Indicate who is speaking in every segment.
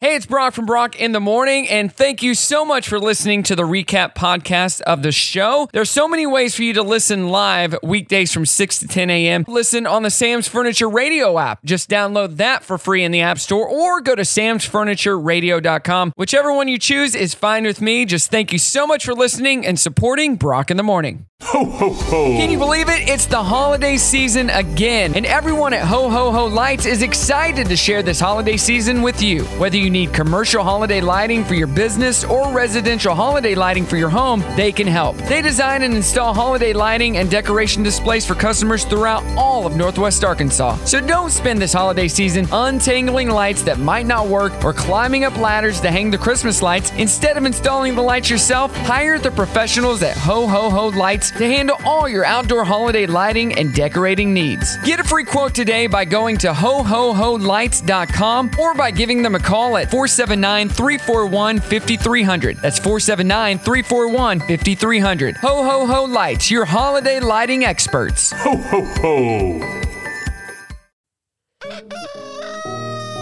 Speaker 1: Hey, it's Brock from Brock in the Morning, and thank you so much for listening to the recap podcast of the show. There's so many ways for you to listen live weekdays from 6 to 10 a.m. Listen on the Sam's Furniture Radio app. Just download that for free in the App Store or go to samsfurnitureradio.com. Whichever one you choose is fine with me. Just thank you so much for listening and supporting Brock in the Morning.
Speaker 2: Ho, ho, ho.
Speaker 1: Can you believe it? It's the holiday season again, and everyone at Ho Ho Ho Lights is excited to share this holiday season with you. Whether you need commercial holiday lighting for your business or residential holiday lighting for your home, they can help. They design and install holiday lighting and decoration displays for customers throughout all of Northwest Arkansas. So don't spend this holiday season untangling lights that might not work or climbing up ladders to hang the Christmas lights. Instead of installing the lights yourself, hire the professionals at Ho Ho Ho Lights to handle all your outdoor holiday lighting and decorating needs. Get a free quote today by going to hohoholights.com or by giving them a call at 479 341 5300. That's 479 341 5300. Ho Ho Ho Lights, your holiday lighting experts.
Speaker 2: Ho, ho, ho.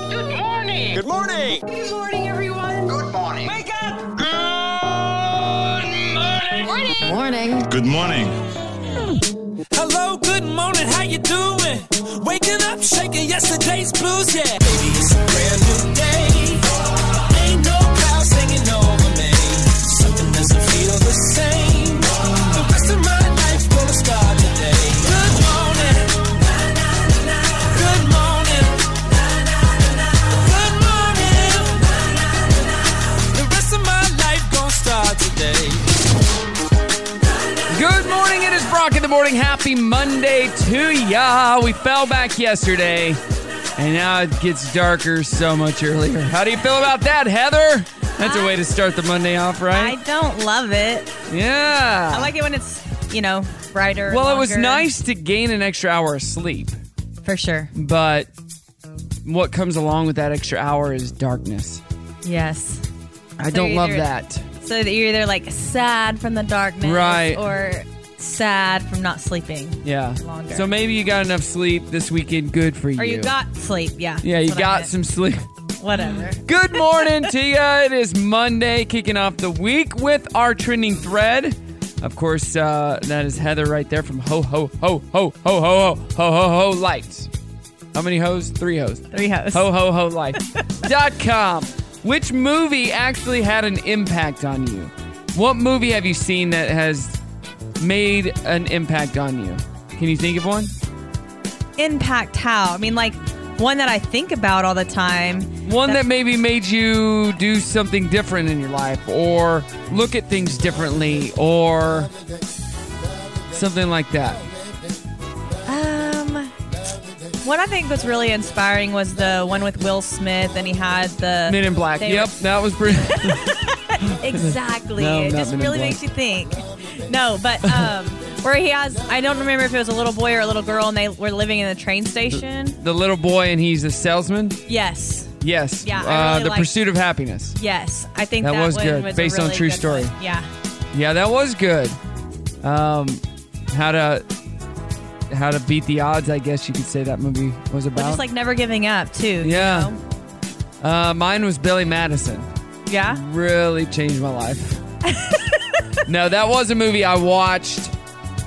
Speaker 3: Good morning. Good morning. Good morning, everyone. Good morning. Wake up. Good morning. Morning.
Speaker 2: Good morning.
Speaker 4: Hello, good morning, how you doing? Waking up, shaking yesterday's blues, yeah. Baby, it's a brand new day. Ain't no clouds hanging over me. Something doesn't feel the same. The rest of my life's gonna start today. Good morning. Good morning. Good morning. The rest of my life gonna start today.
Speaker 1: Good morning. It is Brock in the morning. Happy Monday to ya. We fell back yesterday, and now it gets darker so much earlier. How do you feel about that, Heather? That's a way to start the Monday off,
Speaker 5: I
Speaker 1: right?
Speaker 5: don't love it.
Speaker 1: yeah.
Speaker 5: I like it when it's, you know, brighter.
Speaker 1: well, it was
Speaker 5: longer.
Speaker 1: nice to gain an extra hour of sleep,
Speaker 5: For sure.
Speaker 1: but what comes along with that extra hour is darkness.
Speaker 5: Yes.
Speaker 1: I don't
Speaker 5: you
Speaker 1: love
Speaker 5: either-
Speaker 1: that.
Speaker 5: So that you're either like sad from the darkness
Speaker 1: Right.
Speaker 5: or sad from not sleeping.
Speaker 1: Yeah.
Speaker 5: Longer.
Speaker 1: So maybe you got enough sleep this weekend. Good for you.
Speaker 5: Or you got sleep, yeah.
Speaker 1: Yeah,
Speaker 5: that's
Speaker 1: you
Speaker 5: what I
Speaker 1: got
Speaker 5: meant.
Speaker 1: some sleep.
Speaker 5: Whatever.
Speaker 1: Good morning to you. It is Monday, kicking off the week with our trending thread. Of course, uh, that is Heather right there from Ho Ho Ho Ho Ho Ho Ho Ho Ho Ho Lights. How many hoes? Three hoes.
Speaker 5: Three hosts.
Speaker 1: Ho Ho Ho Life.com. Which movie actually had an impact on you? What movie have you seen that has made an impact on you? Can you think of one?
Speaker 5: Impact how? I mean, like one that I think about all the time.
Speaker 1: One that
Speaker 5: That's-
Speaker 1: maybe made you do something different in your life or look at things differently or something like that.
Speaker 5: Um, one I think was really inspiring was the one with Will Smith, and he had the
Speaker 1: Men in Black.
Speaker 5: they
Speaker 1: Yep, that was pretty.
Speaker 5: Exactly.
Speaker 1: No,
Speaker 5: it
Speaker 1: not
Speaker 5: just
Speaker 1: Men in
Speaker 5: really
Speaker 1: Black.
Speaker 5: makes you think. No, but um, where he has, I don't remember if it was a little boy or a little girl, and they were living in the train station.
Speaker 1: the little boy and he's a salesman.
Speaker 5: Yes,
Speaker 1: Yes.
Speaker 5: Yeah, I
Speaker 1: uh,
Speaker 5: really
Speaker 1: the
Speaker 5: liked-
Speaker 1: Pursuit of Happiness.
Speaker 5: yes, I think
Speaker 1: That
Speaker 5: that,
Speaker 1: was
Speaker 5: one
Speaker 1: good,
Speaker 5: was a
Speaker 1: based on
Speaker 5: really
Speaker 1: true
Speaker 5: good
Speaker 1: story.
Speaker 5: one. Yeah,
Speaker 1: Yeah, that was good. Um, how to how to beat the odds? I guess you could say that movie was
Speaker 5: but
Speaker 1: about.
Speaker 5: just like never giving up too. you
Speaker 1: Yeah.
Speaker 5: know?
Speaker 1: uh, mine was Billy Madison.
Speaker 5: yeah.
Speaker 1: Really changed my life. no, that was a movie I watched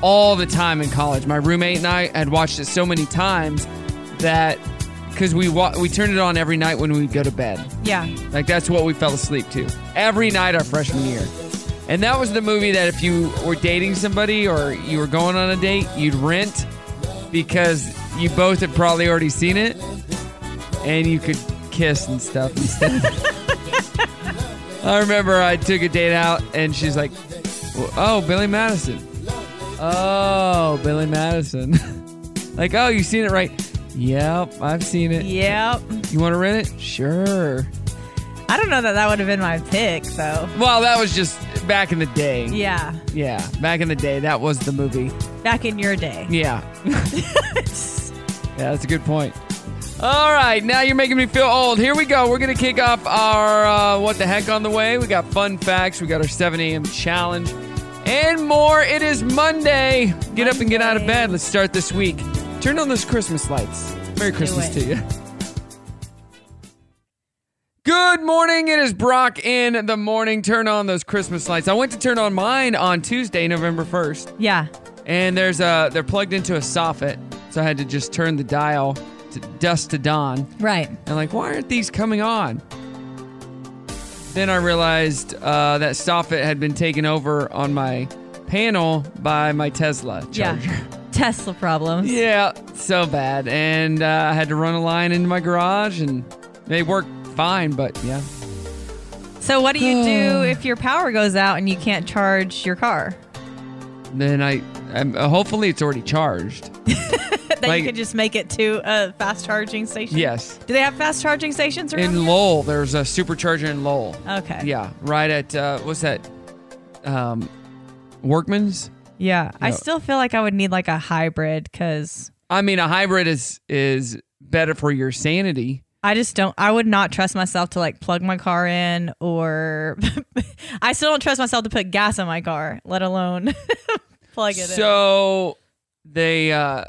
Speaker 1: all the time in college. My roommate and I had watched it so many times that because we wa- we turned it on every night when we would go to bed.
Speaker 5: Yeah,
Speaker 1: Like that's what we fell asleep to every night our freshman year. And that was the movie that if you were dating somebody or you were going on a date, you'd rent because you both had probably already seen it and you could kiss and stuff instead. I remember I took a date out and she's like, "Oh, Billy Madison." Oh, Billy Madison. like, "Oh, you seen it right?" Yep, I've seen it.
Speaker 5: yep.
Speaker 1: You want to rent it? Sure.
Speaker 5: I don't know that that would have been my pick though.
Speaker 1: Well, that was just back in the day.
Speaker 5: Yeah,
Speaker 1: Yeah, back in the day, that was the movie.
Speaker 5: back in your day.
Speaker 1: Yeah. yeah, that's a good point. All right, now you're making me feel old. Here we go. We're going to kick off our uh, What the Heck on the Way. We got fun facts, we got our 7 a.m. challenge, and more. It is Monday. Get up and get out of
Speaker 5: Monday.
Speaker 1: bed. Let's start this week. Turn on those Christmas lights. Merry Christmas
Speaker 5: it.
Speaker 1: to you. Good morning. It is Brock in the morning. Turn on those Christmas lights. I went to turn on mine on Tuesday, November 1st,
Speaker 5: Yeah.
Speaker 1: and there's a they're plugged into a soffit. So I had to just turn the dial to dusk to dawn.
Speaker 5: Right.
Speaker 1: And like, why aren't these coming on? Then I realized uh, that soffit had been taken over on my panel by my Tesla charger.
Speaker 5: Yeah. Tesla problems.
Speaker 1: Yeah, so bad. And uh, I had to run a line into my garage, and they work fine, but yeah.
Speaker 5: So what do you do if your power goes out and you can't charge your car?
Speaker 1: Then I, I'm, uh, hopefully, it's already charged.
Speaker 5: That
Speaker 1: Like-
Speaker 5: you could just make it to a fast charging station?
Speaker 1: Yes.
Speaker 5: Do they have fast charging stations around
Speaker 1: In
Speaker 5: here?
Speaker 1: Lowell, there's a supercharger in Lowell.
Speaker 5: Okay.
Speaker 1: Yeah, right at, uh, what's that? Um, Workman's?
Speaker 5: Yeah. I
Speaker 1: No.
Speaker 5: still feel like I would need like a hybrid because
Speaker 1: I mean, a hybrid is is better for your sanity.
Speaker 5: I just don't. I would not trust myself to like plug my car in, or I still don't trust myself to put gas in my car, let alone plug it in.
Speaker 1: So they uh,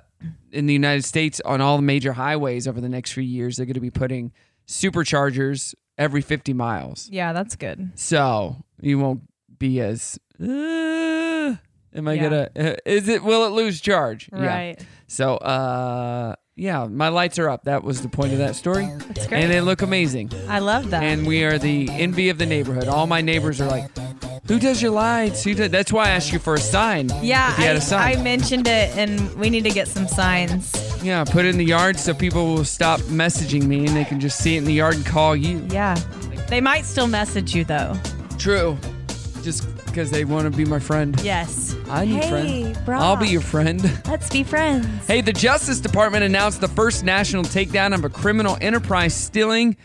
Speaker 1: in the United States on all the major highways over the next few years, they're going to be putting superchargers every 50 miles.
Speaker 5: Yeah, that's good.
Speaker 1: So you won't be as. Uh, am I
Speaker 5: Yeah.
Speaker 1: gonna? Uh, is it? Will it lose charge? Yeah.
Speaker 5: Right.
Speaker 1: So uh, yeah, my lights are up. That was the point of that story. That's
Speaker 5: great.
Speaker 1: And they look amazing.
Speaker 5: I love that.
Speaker 1: and we are the envy of the neighborhood. All my neighbors are like, "Who does your lights? Who does?" That's why I asked you for a sign.
Speaker 5: yeah,
Speaker 1: if you had a
Speaker 5: I,
Speaker 1: sign.
Speaker 5: I mentioned it, and we need to get some signs.
Speaker 1: yeah, put it in the yard so people will stop messaging me and they can just see it in the yard and call you.
Speaker 5: Yeah, they might still message you though.
Speaker 1: True, just because they want to be my friend.
Speaker 5: Yes.
Speaker 1: I need
Speaker 5: hey,
Speaker 1: friends.
Speaker 5: bro.
Speaker 1: I'll be your friend.
Speaker 5: Let's be friends.
Speaker 1: Hey, the Justice Department announced the first national takedown of a criminal enterprise stealing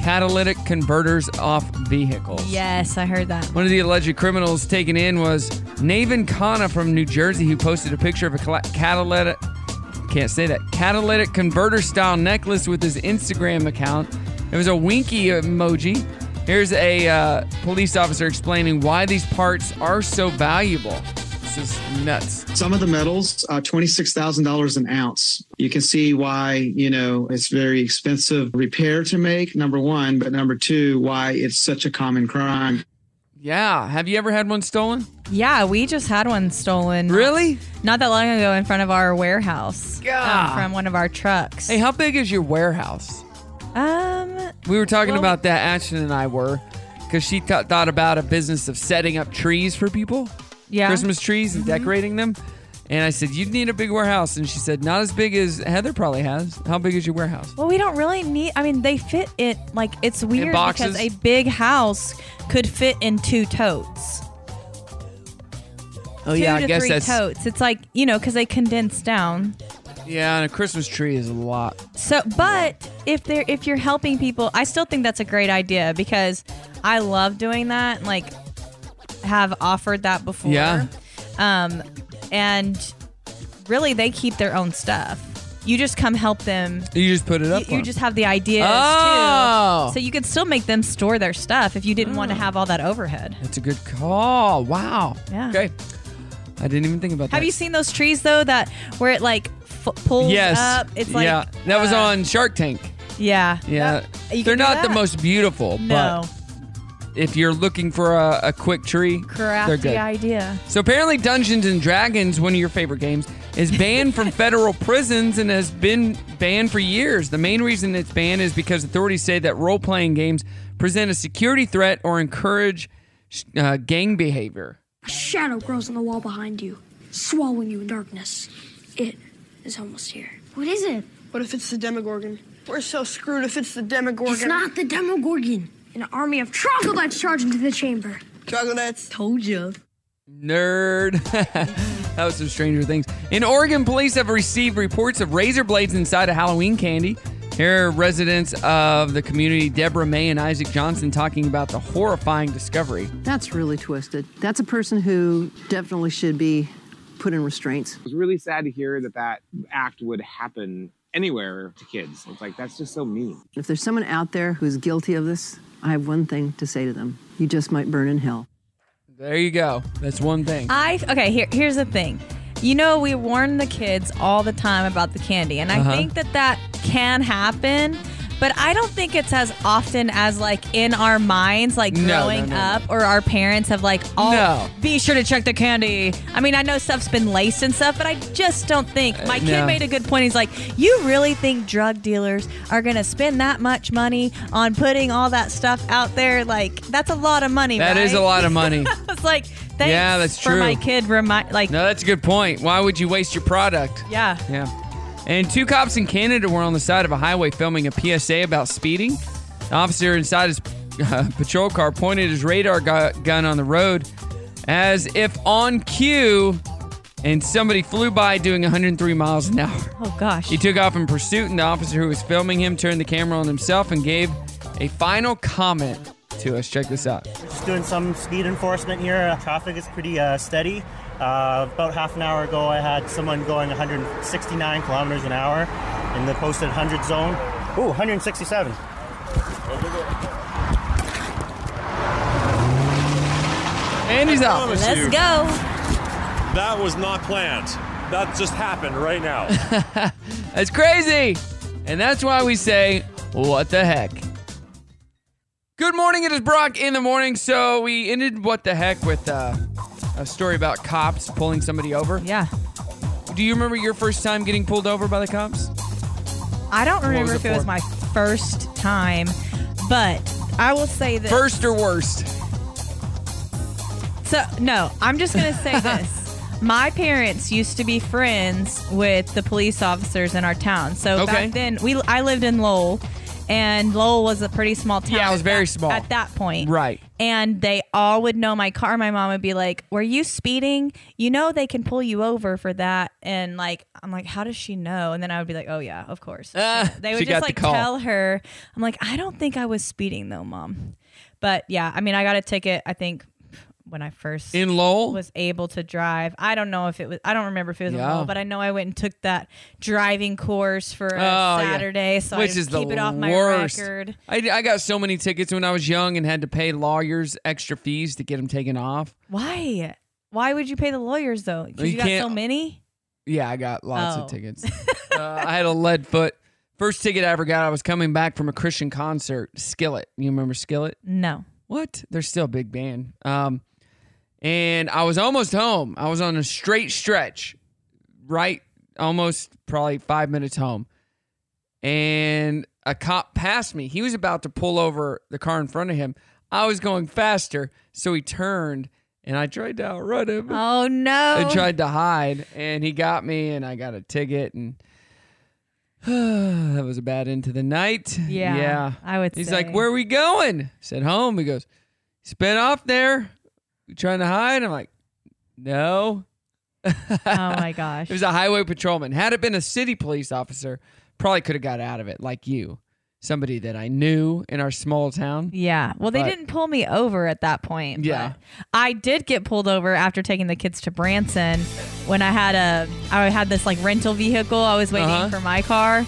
Speaker 1: catalytic converters off vehicles.
Speaker 5: Yes, I heard that.
Speaker 1: One of the alleged criminals taken in was Naven Khanna from New Jersey, who posted a picture of a cla- catalytic can't say that catalytic converter style necklace with his Instagram account. It was a winky emoji. Here's a uh, police officer explaining why these parts are so valuable. This is nuts.
Speaker 6: Some of the metals, uh, $26,000 an ounce. You can see why, you know, it's very expensive repair to make, number one, but number two, why it's such a common crime.
Speaker 1: Yeah. Have you ever had one stolen?
Speaker 5: Yeah, we just had one stolen.
Speaker 1: Really?
Speaker 5: Not that long ago, in front of our warehouse. um,
Speaker 1: Yeah.
Speaker 5: from one of our trucks.
Speaker 1: Hey, how big is your warehouse?
Speaker 5: Um,
Speaker 1: We were talking
Speaker 5: Well-
Speaker 1: about that, Ashton and I were, because she th- thought about a business of setting up trees for people,
Speaker 5: yeah. Mm-hmm.
Speaker 1: Christmas trees, and decorating them. And I said, You'd need a big warehouse. And she said, Not as big as Heather probably has. How big is your warehouse?
Speaker 5: Well, we don't really need. I mean, they fit it like it's weird
Speaker 1: boxes?
Speaker 5: because a big house could fit in two totes.
Speaker 1: Oh,
Speaker 5: Two to three totes. It's like you know because they condense down.
Speaker 1: Yeah, and a Christmas tree is a lot.
Speaker 5: So, but if they're if you're helping people, I still think that's a great idea because I love doing that. and, Like, have offered that before.
Speaker 1: Yeah.
Speaker 5: Um, and really, they keep their own stuff. You just come help them
Speaker 1: You just put it up.
Speaker 5: you,
Speaker 1: on.
Speaker 5: you just have the ideas
Speaker 1: Oh. Mm.
Speaker 5: too. So you could still make them store their stuff if you didn't want to have all that overhead.
Speaker 1: That's a good call. Wow.
Speaker 5: Yeah.
Speaker 1: Okay. I didn't even think about that.
Speaker 5: Have you seen those trees though that where it like f- pulls
Speaker 1: Yes.
Speaker 5: up? It's like
Speaker 1: yeah. That was
Speaker 5: uh,
Speaker 1: on Shark Tank.
Speaker 5: Yeah.
Speaker 1: Yeah.
Speaker 5: You can
Speaker 1: They're
Speaker 5: do
Speaker 1: not the
Speaker 5: that.
Speaker 1: most beautiful,
Speaker 5: No.
Speaker 1: but if you're looking for a, a quick tree, they're
Speaker 5: Crafty
Speaker 1: good.
Speaker 5: idea.
Speaker 1: So apparently, Dungeons and Dragons, one of your favorite games, is banned from federal prisons and has been banned for years. The main reason it's banned is because authorities say that role playing games present a security threat or encourage uh, gang behavior.
Speaker 7: shadow grows on the wall behind you, swallowing you in darkness. It is almost here. What is it?
Speaker 8: What if it's the Demogorgon? We're so screwed if it's the Demogorgon.
Speaker 7: It's not the Demogorgon. An army of troglodytes charge into the chamber.
Speaker 8: Chocolates.
Speaker 7: Told you.
Speaker 1: Nerd. that was some Stranger Things. In Oregon, police have received reports of razor blades inside a Halloween candy. Here are residents of the community, Deborah May and Isaac Johnson, talking about the horrifying discovery.
Speaker 9: That's really twisted. That's a person who definitely should be put in restraints.
Speaker 10: was really sad to hear that that act would happen anywhere to kids. It's like that's just so mean.
Speaker 9: If there's someone out there who's guilty of this, I have one thing to say to them you just might burn in hell.
Speaker 1: There you go. That's one thing.
Speaker 5: I okay. Here, here's the thing. You know, we
Speaker 1: Uh-huh.
Speaker 5: warn the kids all the time about the candy, and I think that that can happen. But I don't think it's as often as like in our minds, like
Speaker 1: No, no,
Speaker 5: growing
Speaker 1: no, no.
Speaker 5: up, or our parents have like, oh,
Speaker 1: No.
Speaker 5: be sure to check the candy. I mean, I know stuff's been laced and stuff, but I just don't think my kid
Speaker 1: no.
Speaker 5: made a good point. He's like, you really think drug dealers are gonna spend that much money on putting all that stuff out there? Like, that's a lot of money.
Speaker 1: That
Speaker 5: That is
Speaker 1: is a lot of money.
Speaker 5: it's like, thanks
Speaker 1: Yeah, that's
Speaker 5: for
Speaker 1: true.
Speaker 5: my kid. Remind like,
Speaker 1: No, that's a good point. Why would you waste your product?
Speaker 5: yeah.
Speaker 1: Yeah. And two cops in Canada were on the side of a highway filming a PSA about speeding. The officer inside his uh, patrol car pointed his radar gu- gun on the road as if on cue, and somebody flew by doing 103 miles an hour.
Speaker 5: Oh gosh.
Speaker 1: He took off in pursuit, and the officer who was filming him turned the camera on himself and gave a final comment to us. Check this out.
Speaker 11: Just doing some speed enforcement here. Traffic is pretty uh, steady. Uh, about half an hour ago, I had someone going 169 kilometers an hour in the posted 100 zone. Ooh, 167.
Speaker 1: And he's out.
Speaker 5: Let's go.
Speaker 12: That was not planned. That just happened right now.
Speaker 1: That's crazy. And that's why we say, what the heck? Good morning. It is Brock in the morning. So we ended what the heck with uh, a story about cops pulling somebody over.
Speaker 5: Yeah.
Speaker 1: Do you remember your first time getting pulled over by the cops?
Speaker 5: I don't
Speaker 1: What
Speaker 5: remember
Speaker 1: was
Speaker 5: if
Speaker 1: it
Speaker 5: it was
Speaker 1: for?
Speaker 5: my first time, but I will say this.
Speaker 1: First or worst?
Speaker 5: So, no, I'm just going to say this. My parents used to be friends with the police officers in our town. So
Speaker 1: Okay.
Speaker 5: back then, we I lived in Lowell, and Lowell was a pretty small town.
Speaker 1: Yeah, it was
Speaker 5: at
Speaker 1: very
Speaker 5: that-
Speaker 1: small.
Speaker 5: at that point.
Speaker 1: Right.
Speaker 5: And they all would know my car. My mom would be like, "Were you speeding? You know they can pull you over for that." And like, I'm like, "How does she know?" And then I would be like, "Oh yeah, of course."
Speaker 1: Ah,
Speaker 5: they
Speaker 1: she
Speaker 5: would
Speaker 1: got
Speaker 5: just
Speaker 1: the
Speaker 5: like
Speaker 1: call.
Speaker 5: tell her. I'm like, "I don't think I was speeding though, mom." But yeah, I mean, I got a ticket. I think when I first
Speaker 1: In Lowell?
Speaker 5: was able to drive. I don't know if it was. I don't remember if it was in
Speaker 1: Yeah.
Speaker 5: Lowell, but I know I went and took that driving course for a
Speaker 1: Oh, yeah.
Speaker 5: Saturday, so
Speaker 1: Which
Speaker 5: I
Speaker 1: is the
Speaker 5: keep it off my
Speaker 1: worst.
Speaker 5: record.
Speaker 1: I, I got so many tickets when I was young and had to pay lawyers extra fees to get them taken off.
Speaker 5: Why? Why would you pay the lawyers though?
Speaker 1: Well,
Speaker 5: Because
Speaker 1: you
Speaker 5: you, got so
Speaker 1: can't-
Speaker 5: many.
Speaker 1: Yeah, I got lots
Speaker 5: Oh.
Speaker 1: of tickets. uh, I had a lead foot. First ticket I ever got, I was coming back from a Christian concert, Skillet. You remember Skillet?
Speaker 5: No.
Speaker 1: What? They're still a big band. Um, and I was almost home. I was on a straight stretch, right? Almost probably five minutes home. And a cop passed me. He was about to pull over the car in front of him. I was going faster. So he turned and I tried to outrun him.
Speaker 5: Oh no.
Speaker 1: I tried to hide, and he got me, and I got a ticket, and that was a bad end to the night.
Speaker 5: Yeah,
Speaker 1: yeah.
Speaker 5: I would
Speaker 1: He's
Speaker 5: say.
Speaker 1: like, "Where are we going?" I said, "Home." He goes, "Spin off there. You trying to hide?" I'm like, "No."
Speaker 5: Oh my gosh.
Speaker 1: It was a highway patrolman. Had it been a city police officer, probably could have got out of it, like you, somebody that I knew in our small town.
Speaker 5: yeah. Well, they
Speaker 1: But-
Speaker 5: didn't pull me over at that point.
Speaker 1: Yeah.
Speaker 5: but I did get pulled over after taking the kids to Branson when I had a I had this like rental vehicle. I was waiting
Speaker 1: Uh-huh.
Speaker 5: for my car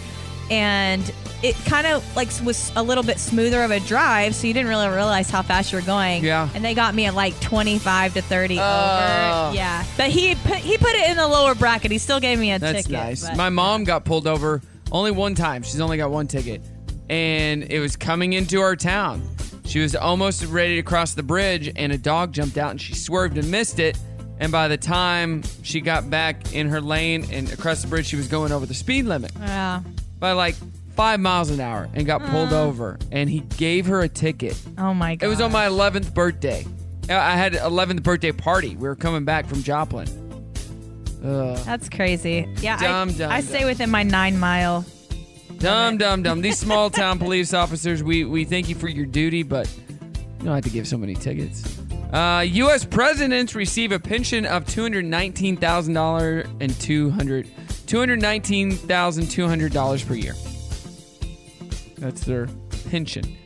Speaker 5: and it kind of like was a little bit smoother of a drive, so you didn't really realize how fast you were going.
Speaker 1: Yeah.
Speaker 5: And they got me at like 25 to 30
Speaker 1: Oh.
Speaker 5: over. Yeah. But he put he put it in the lower bracket. He still gave me a
Speaker 1: That's
Speaker 5: ticket.
Speaker 1: nice.
Speaker 5: but-
Speaker 1: My mom got pulled over only one time. She's only got one ticket. And it was coming into our town. She was almost ready to cross the bridge, and a dog jumped out and she swerved and missed it. And by the time she got back in her lane and across the bridge, she was going over the speed limit
Speaker 5: yeah.
Speaker 1: by like five miles an hour and got pulled over. And he gave her a ticket.
Speaker 5: Oh my god.
Speaker 1: It was on my 11th birthday. I I had an 11th birthday party. We were coming back from Joplin. Ugh.
Speaker 5: That's crazy. Yeah,
Speaker 1: Dumb,
Speaker 5: I,
Speaker 1: dumb,
Speaker 5: I
Speaker 1: dumb.
Speaker 5: stay within my nine mile.
Speaker 1: Dumb, dumb, dumb. These small town police officers, we, we thank you for your duty, but you don't have to give so many tickets. Uh, U.S. presidents receive a pension of two hundred nineteen thousand dollars and two hundred two hundred nineteen thousand two hundred dollars per year. That's their pension.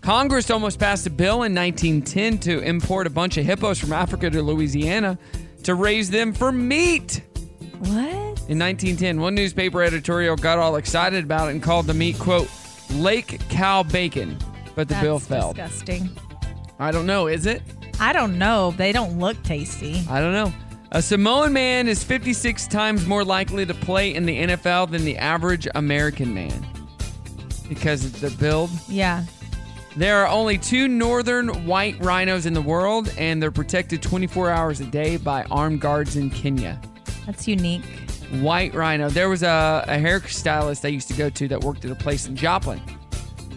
Speaker 1: Congress almost passed a bill in 1910 to import a bunch of hippos from Africa to Louisiana to raise them for meat.
Speaker 5: What?
Speaker 1: In 1910, one newspaper editorial got all excited about it and called the meat, quote, Lake Cow Bacon, but the
Speaker 5: That's
Speaker 1: bill failed.
Speaker 5: Disgusting.
Speaker 1: I don't know, is it?
Speaker 5: I don't know. They don't look tasty.
Speaker 1: I don't know. A Samoan man is 56 times more likely to play in the NFL than the average American man. because of their build.
Speaker 5: Yeah.
Speaker 1: There are only two northern white rhinos in the world, and they're protected 24 hours a day by armed guards in Kenya.
Speaker 5: That's unique.
Speaker 1: White rhino. There was a, a hairstylist I used to go to that worked at a place in Joplin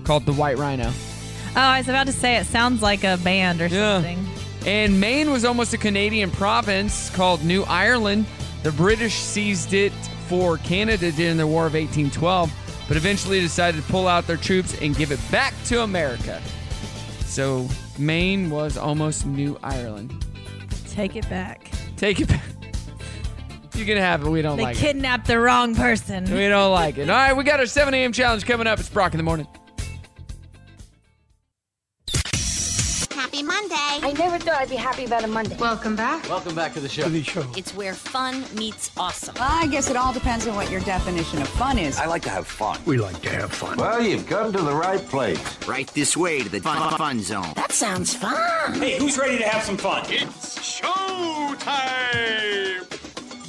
Speaker 1: called the White Rhino.
Speaker 5: Oh, I was about to say it sounds like a band or something.
Speaker 1: And Maine was almost a Canadian province called New Ireland. The British seized it for Canada during the War of 1812, but eventually decided to pull out their troops and give it back to America. So Maine was almost New Ireland.
Speaker 5: Take it back.
Speaker 1: Take it back. You can have it. We don't
Speaker 5: They
Speaker 1: like it.
Speaker 5: kidnapped the wrong person.
Speaker 1: We don't like it. All right, we got our 7 a.m. challenge coming up. It's Brock in the morning.
Speaker 13: Happy Monday. I never thought I'd be happy about a Monday. Welcome back.
Speaker 14: Welcome back to the show.
Speaker 13: It's where fun meets awesome.
Speaker 15: I guess it all depends on what your definition of fun is.
Speaker 14: I like to have fun. We like to have fun. Well, you've come to the right place. Right this way to the fun, fun zone.
Speaker 13: That sounds fun.
Speaker 14: Hey, who's ready to have some fun?
Speaker 2: It's showtime!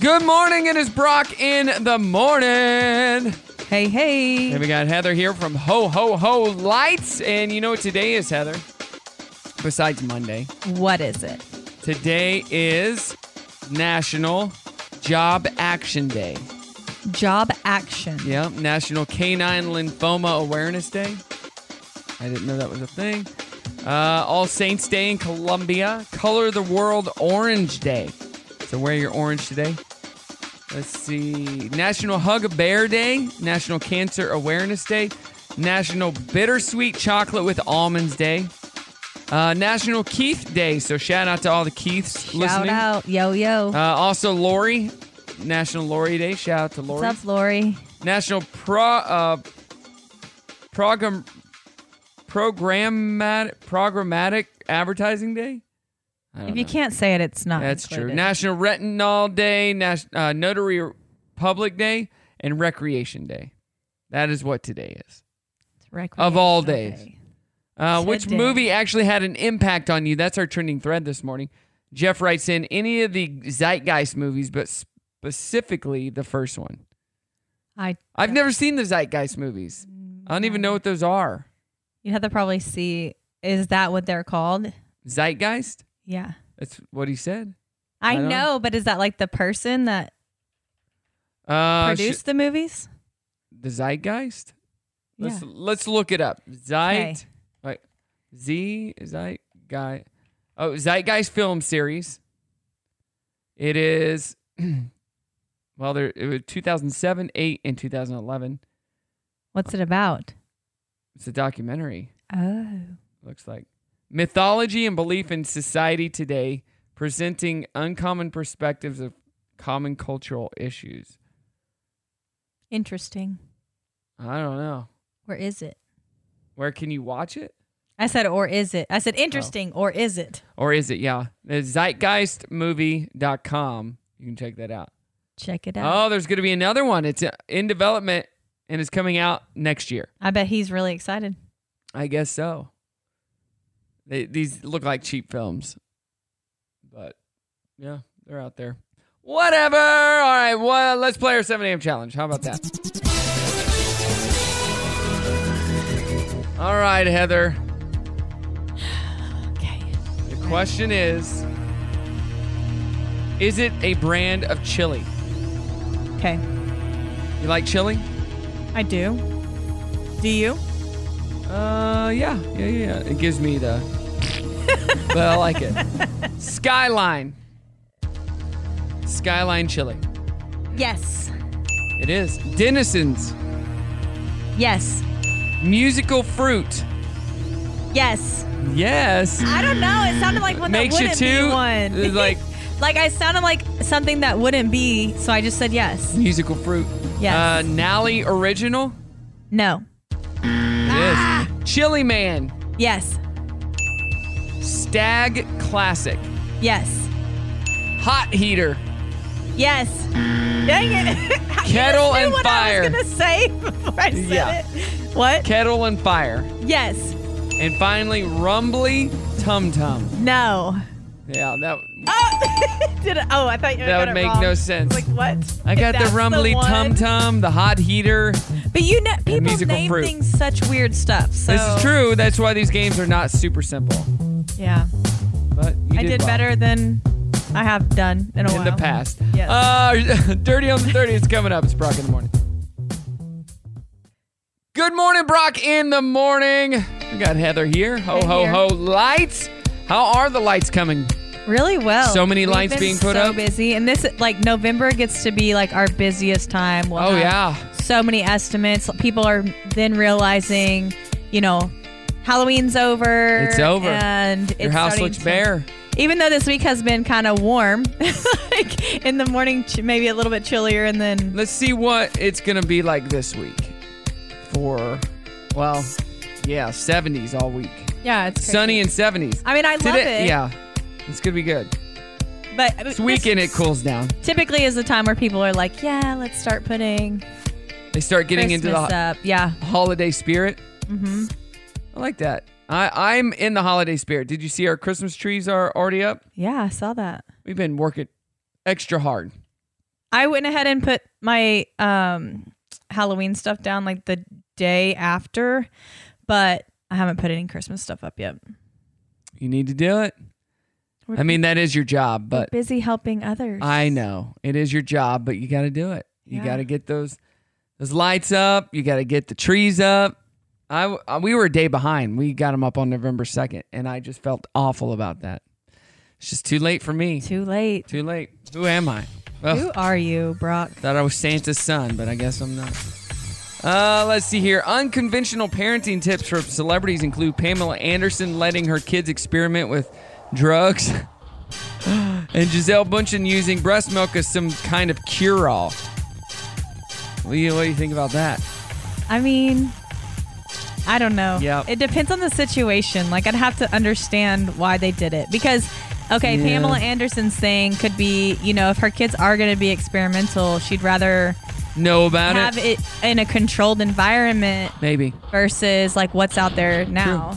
Speaker 1: Good morning. It is Brock in the morning.
Speaker 5: Hey, hey.
Speaker 1: And we got Heather here from Ho Ho Ho Lights. And you know what today is, Heather? Besides Monday,
Speaker 5: What is it?
Speaker 1: today is National Job Action Day.
Speaker 5: Job action.
Speaker 1: Yep, National Canine Lymphoma Awareness Day. I didn't know that was a thing. Uh, All Saints Day in Colombia. Color the World Orange Day. So wear your orange today. Let's see. National Hug a Bear Day. National Cancer Awareness Day. National Bittersweet Chocolate with Almonds Day. Uh, National Keith Day. So shout out to all the Keiths
Speaker 5: Shout
Speaker 1: listening.
Speaker 5: out. Yo, yo.
Speaker 1: Uh, also, Lori. National Lori Day. Shout out to Lori.
Speaker 5: What's up, Lori?
Speaker 1: National Pro uh, Program Programmatic Programmatic Advertising Day. I don't
Speaker 5: If you
Speaker 1: know.
Speaker 5: can't say it, it's not.
Speaker 1: that's true.
Speaker 5: included.
Speaker 1: National Retinol Day, Nas- uh, Notary Public Day, and Recreation Day. That is what today is of all days. Uh, which
Speaker 5: Today.
Speaker 1: movie actually had an impact on you? That's our trending thread this morning. Jeff writes in any of the Zeitgeist movies, but specifically the first one.
Speaker 5: I
Speaker 1: I've never seen the Zeitgeist movies. I don't even know what those are.
Speaker 5: you'd have to probably see. Is that what they're called?
Speaker 1: Zeitgeist?
Speaker 5: Yeah.
Speaker 1: That's what he said.
Speaker 5: I,
Speaker 1: I don't-
Speaker 5: know, but is that like the person that
Speaker 1: Uh, sh-
Speaker 5: produced the movies?
Speaker 1: the Zeitgeist? Let's
Speaker 5: Yeah.
Speaker 1: let's look it up. Zeit,
Speaker 5: Okay.
Speaker 1: like Z Zeitgeist. Oh, Zeitgeist film series. It is. Well, there it was 2007, 8, and 2011.
Speaker 5: What's it about?
Speaker 1: It's a documentary.
Speaker 5: Oh.
Speaker 1: looks like. Mythology and belief in society today, presenting uncommon perspectives of common cultural issues.
Speaker 5: Interesting.
Speaker 1: I don't know.
Speaker 5: Where is it?
Speaker 1: Where can you watch it?
Speaker 5: I said, or is it? I
Speaker 1: Oh.
Speaker 5: said, interesting, or is it?
Speaker 1: Or is it, yeah, the zeitgeistmovie.com. You can check that out.
Speaker 5: Check it out.
Speaker 1: Oh, there's going to be another one. It's uh, in development and it's coming out next year.
Speaker 5: I bet he's really excited.
Speaker 1: I guess so. They, these look like cheap films, but yeah, they're out there. Whatever. All right. Well, let's play our 7 a.m. challenge. How about that? All right, Heather. Okay. The question is Is it a brand of chili?
Speaker 5: Okay.
Speaker 1: You like chili?
Speaker 5: I do. Do you?
Speaker 1: Uh, yeah. Yeah, yeah, yeah. It gives me the. but I like it. Skyline. Skyline chili.
Speaker 5: Yes.
Speaker 1: It is. Denizens.
Speaker 5: Yes.
Speaker 1: Musical fruit.
Speaker 5: Yes.
Speaker 1: Yes.
Speaker 5: I don't know. It sounded like one
Speaker 1: Makes
Speaker 5: that
Speaker 1: you
Speaker 5: wouldn't
Speaker 1: too
Speaker 5: be
Speaker 1: uh,
Speaker 5: one.
Speaker 1: like
Speaker 5: Like I sounded like something that wouldn't be, so I just said yes.
Speaker 1: musical fruit.
Speaker 5: Yes.
Speaker 1: Uh, Nally original.
Speaker 5: No.
Speaker 1: Yes.
Speaker 5: Ah!
Speaker 1: Chili man.
Speaker 5: Yes.
Speaker 1: Stag classic.
Speaker 5: Yes.
Speaker 1: Hot heater.
Speaker 5: Yes. Dang it. I
Speaker 1: Kettle
Speaker 5: just knew
Speaker 1: and
Speaker 5: what
Speaker 1: fire.
Speaker 5: I was gonna say before I said it. What?
Speaker 1: Kettle and fire.
Speaker 5: Yes.
Speaker 1: And finally, rumbly tum tum.
Speaker 5: No.
Speaker 1: Yeah, that
Speaker 5: Did it, oh, I thought you
Speaker 1: that
Speaker 5: got
Speaker 1: would
Speaker 5: it
Speaker 1: make
Speaker 5: wrong.
Speaker 1: no sense.
Speaker 5: Like what?
Speaker 1: I got
Speaker 5: That's
Speaker 1: the rumbly
Speaker 5: one.
Speaker 1: tum tum, the hot heater,
Speaker 5: But you know, people
Speaker 1: musical
Speaker 5: name
Speaker 1: fruit.
Speaker 5: things such weird stuff. So
Speaker 1: This is true. That's why these games are not super simple.
Speaker 5: Yeah,
Speaker 1: But you
Speaker 5: I
Speaker 1: did
Speaker 5: did
Speaker 1: well.
Speaker 5: better than I have done in a
Speaker 1: in
Speaker 5: while.
Speaker 1: the past.
Speaker 5: Yes.
Speaker 1: Uh, Dirty on the 30 is coming up. It's Brock in the morning. Good morning, Brock in the morning. We got Heather here. Ho,
Speaker 5: Hey,
Speaker 1: ho,
Speaker 5: here.
Speaker 1: ho. Lights. How are the lights coming?
Speaker 5: Really well.
Speaker 1: So many
Speaker 5: We've
Speaker 1: lights
Speaker 5: been
Speaker 1: being put
Speaker 5: so
Speaker 1: up.
Speaker 5: busy, and this like November gets to be like our busiest time. We'll
Speaker 1: Oh,
Speaker 5: have
Speaker 1: yeah.
Speaker 5: so many estimates. People are then realizing, you know, Halloween's over.
Speaker 1: It's over.
Speaker 5: and
Speaker 1: Your
Speaker 5: it's
Speaker 1: house
Speaker 5: starting
Speaker 1: looks
Speaker 5: to-
Speaker 1: bare.
Speaker 5: Even though this week has been kind of warm, like in the morning ch- maybe a little bit chillier, and then
Speaker 1: Let's see what it's going to be like this week for, well, yeah, 70s all week.
Speaker 5: yeah, it's crazy.
Speaker 1: Sunny and 70s.
Speaker 5: I mean, I love
Speaker 1: Today-
Speaker 5: it.
Speaker 1: Yeah. It's going to be good.
Speaker 5: But
Speaker 1: This weekend it cools down.
Speaker 5: typically is the time where people are like, yeah, let's start putting
Speaker 1: They start getting
Speaker 5: Christmas
Speaker 1: into the
Speaker 5: up. Yeah.
Speaker 1: holiday spirit.
Speaker 5: Mm-hmm.
Speaker 1: I like that. I, I'm in the holiday spirit. Did you see our Christmas trees are already up?
Speaker 5: Yeah, I saw that.
Speaker 1: We've been working extra hard.
Speaker 5: I went ahead and put my um, Halloween stuff down like the day after, but I haven't put any Christmas stuff up yet.
Speaker 1: You need to do it.
Speaker 5: We're
Speaker 1: I mean, that is your job, but
Speaker 5: busy helping others.
Speaker 1: I know it is your job, but you got to do it. You
Speaker 5: Yeah.
Speaker 1: got to get those those lights up. You got to get the trees up. I, w- uh, we were a day behind. We got them up on November second, and I just felt awful about that. It's just too late for me.
Speaker 5: Too late.
Speaker 1: Too late. Who am I? Ugh.
Speaker 5: Who are you, Brock?
Speaker 1: Thought I was Santa's son, but I guess I'm not. Uh, let's see here. Unconventional parenting tips for celebrities include Pamela Anderson letting her kids experiment with drugs, and Giselle Bundchen using breast milk as some kind of cure-all. What do you, what do you think about that?
Speaker 5: I mean, I don't know.
Speaker 1: Yep.
Speaker 5: It depends on the situation. Like, I'd have to understand why they did it because, okay,
Speaker 1: Yeah.
Speaker 5: Pamela Anderson's thing could be, you know, if her kids are going to be experimental, she'd rather
Speaker 1: Know about
Speaker 5: have
Speaker 1: it?
Speaker 5: it in a controlled environment
Speaker 1: Maybe.
Speaker 5: versus like what's out there now.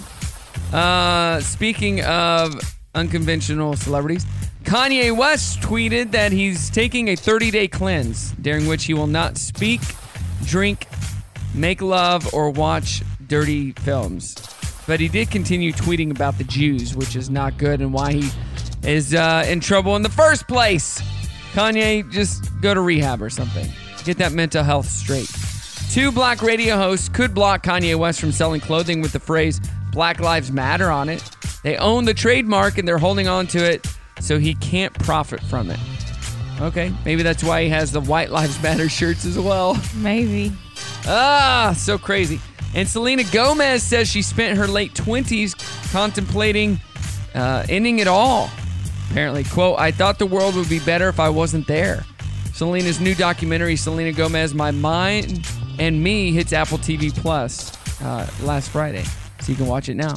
Speaker 1: Uh, speaking of unconventional celebrities, Kanye West tweeted that he's taking a 30 day cleanse during which he will not speak, drink, make love, or watch dirty films. But he did continue tweeting about the Jews, which is not good and why he is uh, in trouble in the first place. Kanye, just go to rehab or something. Get that mental health straight. Two black radio hosts could block Kanye West from selling clothing with the phrase Black Lives Matter on it. They own the trademark and they're holding on to it, so he can't profit from it. Okay, maybe that's why he has the White Lives Matter shirts as well.
Speaker 5: Maybe.
Speaker 1: Ah, so crazy. And Selena Gomez says she spent her late 20s contemplating uh, ending it all. Apparently, quote, I thought the world would be better if I wasn't there. Selena's new documentary, Selena Gomez, My Mind and Me, hits Apple TV Plus uh, last Friday. So you can watch it now.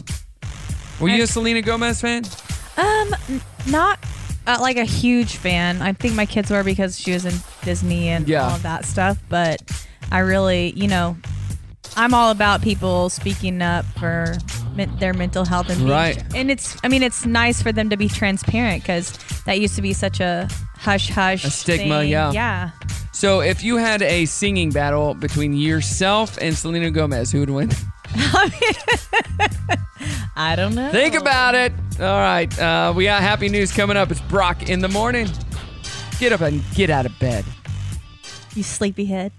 Speaker 1: Were you a Selena Gomez fan?
Speaker 5: Um, n- not uh, like a huge fan. I think my kids were because she was in Disney and
Speaker 1: Yeah.
Speaker 5: all of that stuff. But I really, you know, I'm all about people speaking up for men- their mental health and being-
Speaker 1: Right.
Speaker 5: And it's, I mean, it's nice for them to be transparent because that used to be such a hush hush
Speaker 1: A stigma,
Speaker 5: thing.
Speaker 1: yeah.
Speaker 5: yeah.
Speaker 1: So if you had a singing battle between yourself and Selena Gomez, who would win?
Speaker 5: I don't know.
Speaker 1: Think about it. All right. Uh, we got happy news coming up. It's Brock in the morning. Get up and get out of bed.
Speaker 5: You sleepyhead.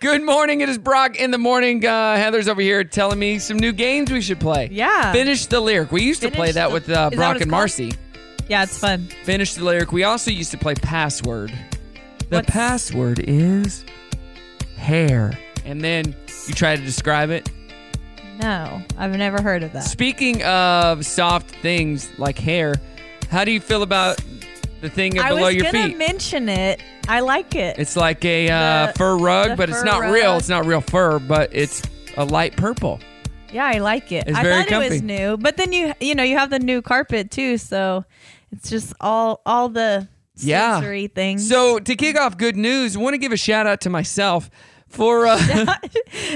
Speaker 1: Good morning. It is Brock in the morning. Uh, Heather's over here telling me some new games we should play.
Speaker 5: Yeah.
Speaker 1: Finish the lyric. We used to play
Speaker 5: Finish
Speaker 1: that
Speaker 5: the-
Speaker 1: with
Speaker 5: Is that
Speaker 1: uh,
Speaker 5: what
Speaker 1: Brock
Speaker 5: it's
Speaker 1: and
Speaker 5: called?
Speaker 1: Marcy.
Speaker 5: Yeah, it's fun.
Speaker 1: Finish the lyric. We also used to play password. The
Speaker 5: What's-
Speaker 1: password is hair. And then you try to describe it.
Speaker 5: No, I've never heard of that.
Speaker 1: Speaking of soft things like hair, how do you feel about the thing
Speaker 5: I
Speaker 1: below
Speaker 5: was
Speaker 1: your
Speaker 5: gonna
Speaker 1: feet?
Speaker 5: mention it. I like it.
Speaker 1: It's like a uh,
Speaker 5: The-
Speaker 1: fur
Speaker 5: the
Speaker 1: rug, but it's
Speaker 5: fur
Speaker 1: not real.
Speaker 5: rug.
Speaker 1: It's not real fur, but it's a light purple.
Speaker 5: Yeah, I like it.
Speaker 1: It's
Speaker 5: I
Speaker 1: very
Speaker 5: thought it was
Speaker 1: comfy.
Speaker 5: new, but then you you know you have the new carpet too, so it's just all all the
Speaker 1: Yeah.
Speaker 5: sensory things.
Speaker 1: So to kick off good news, I want to give a shout out to myself for uh,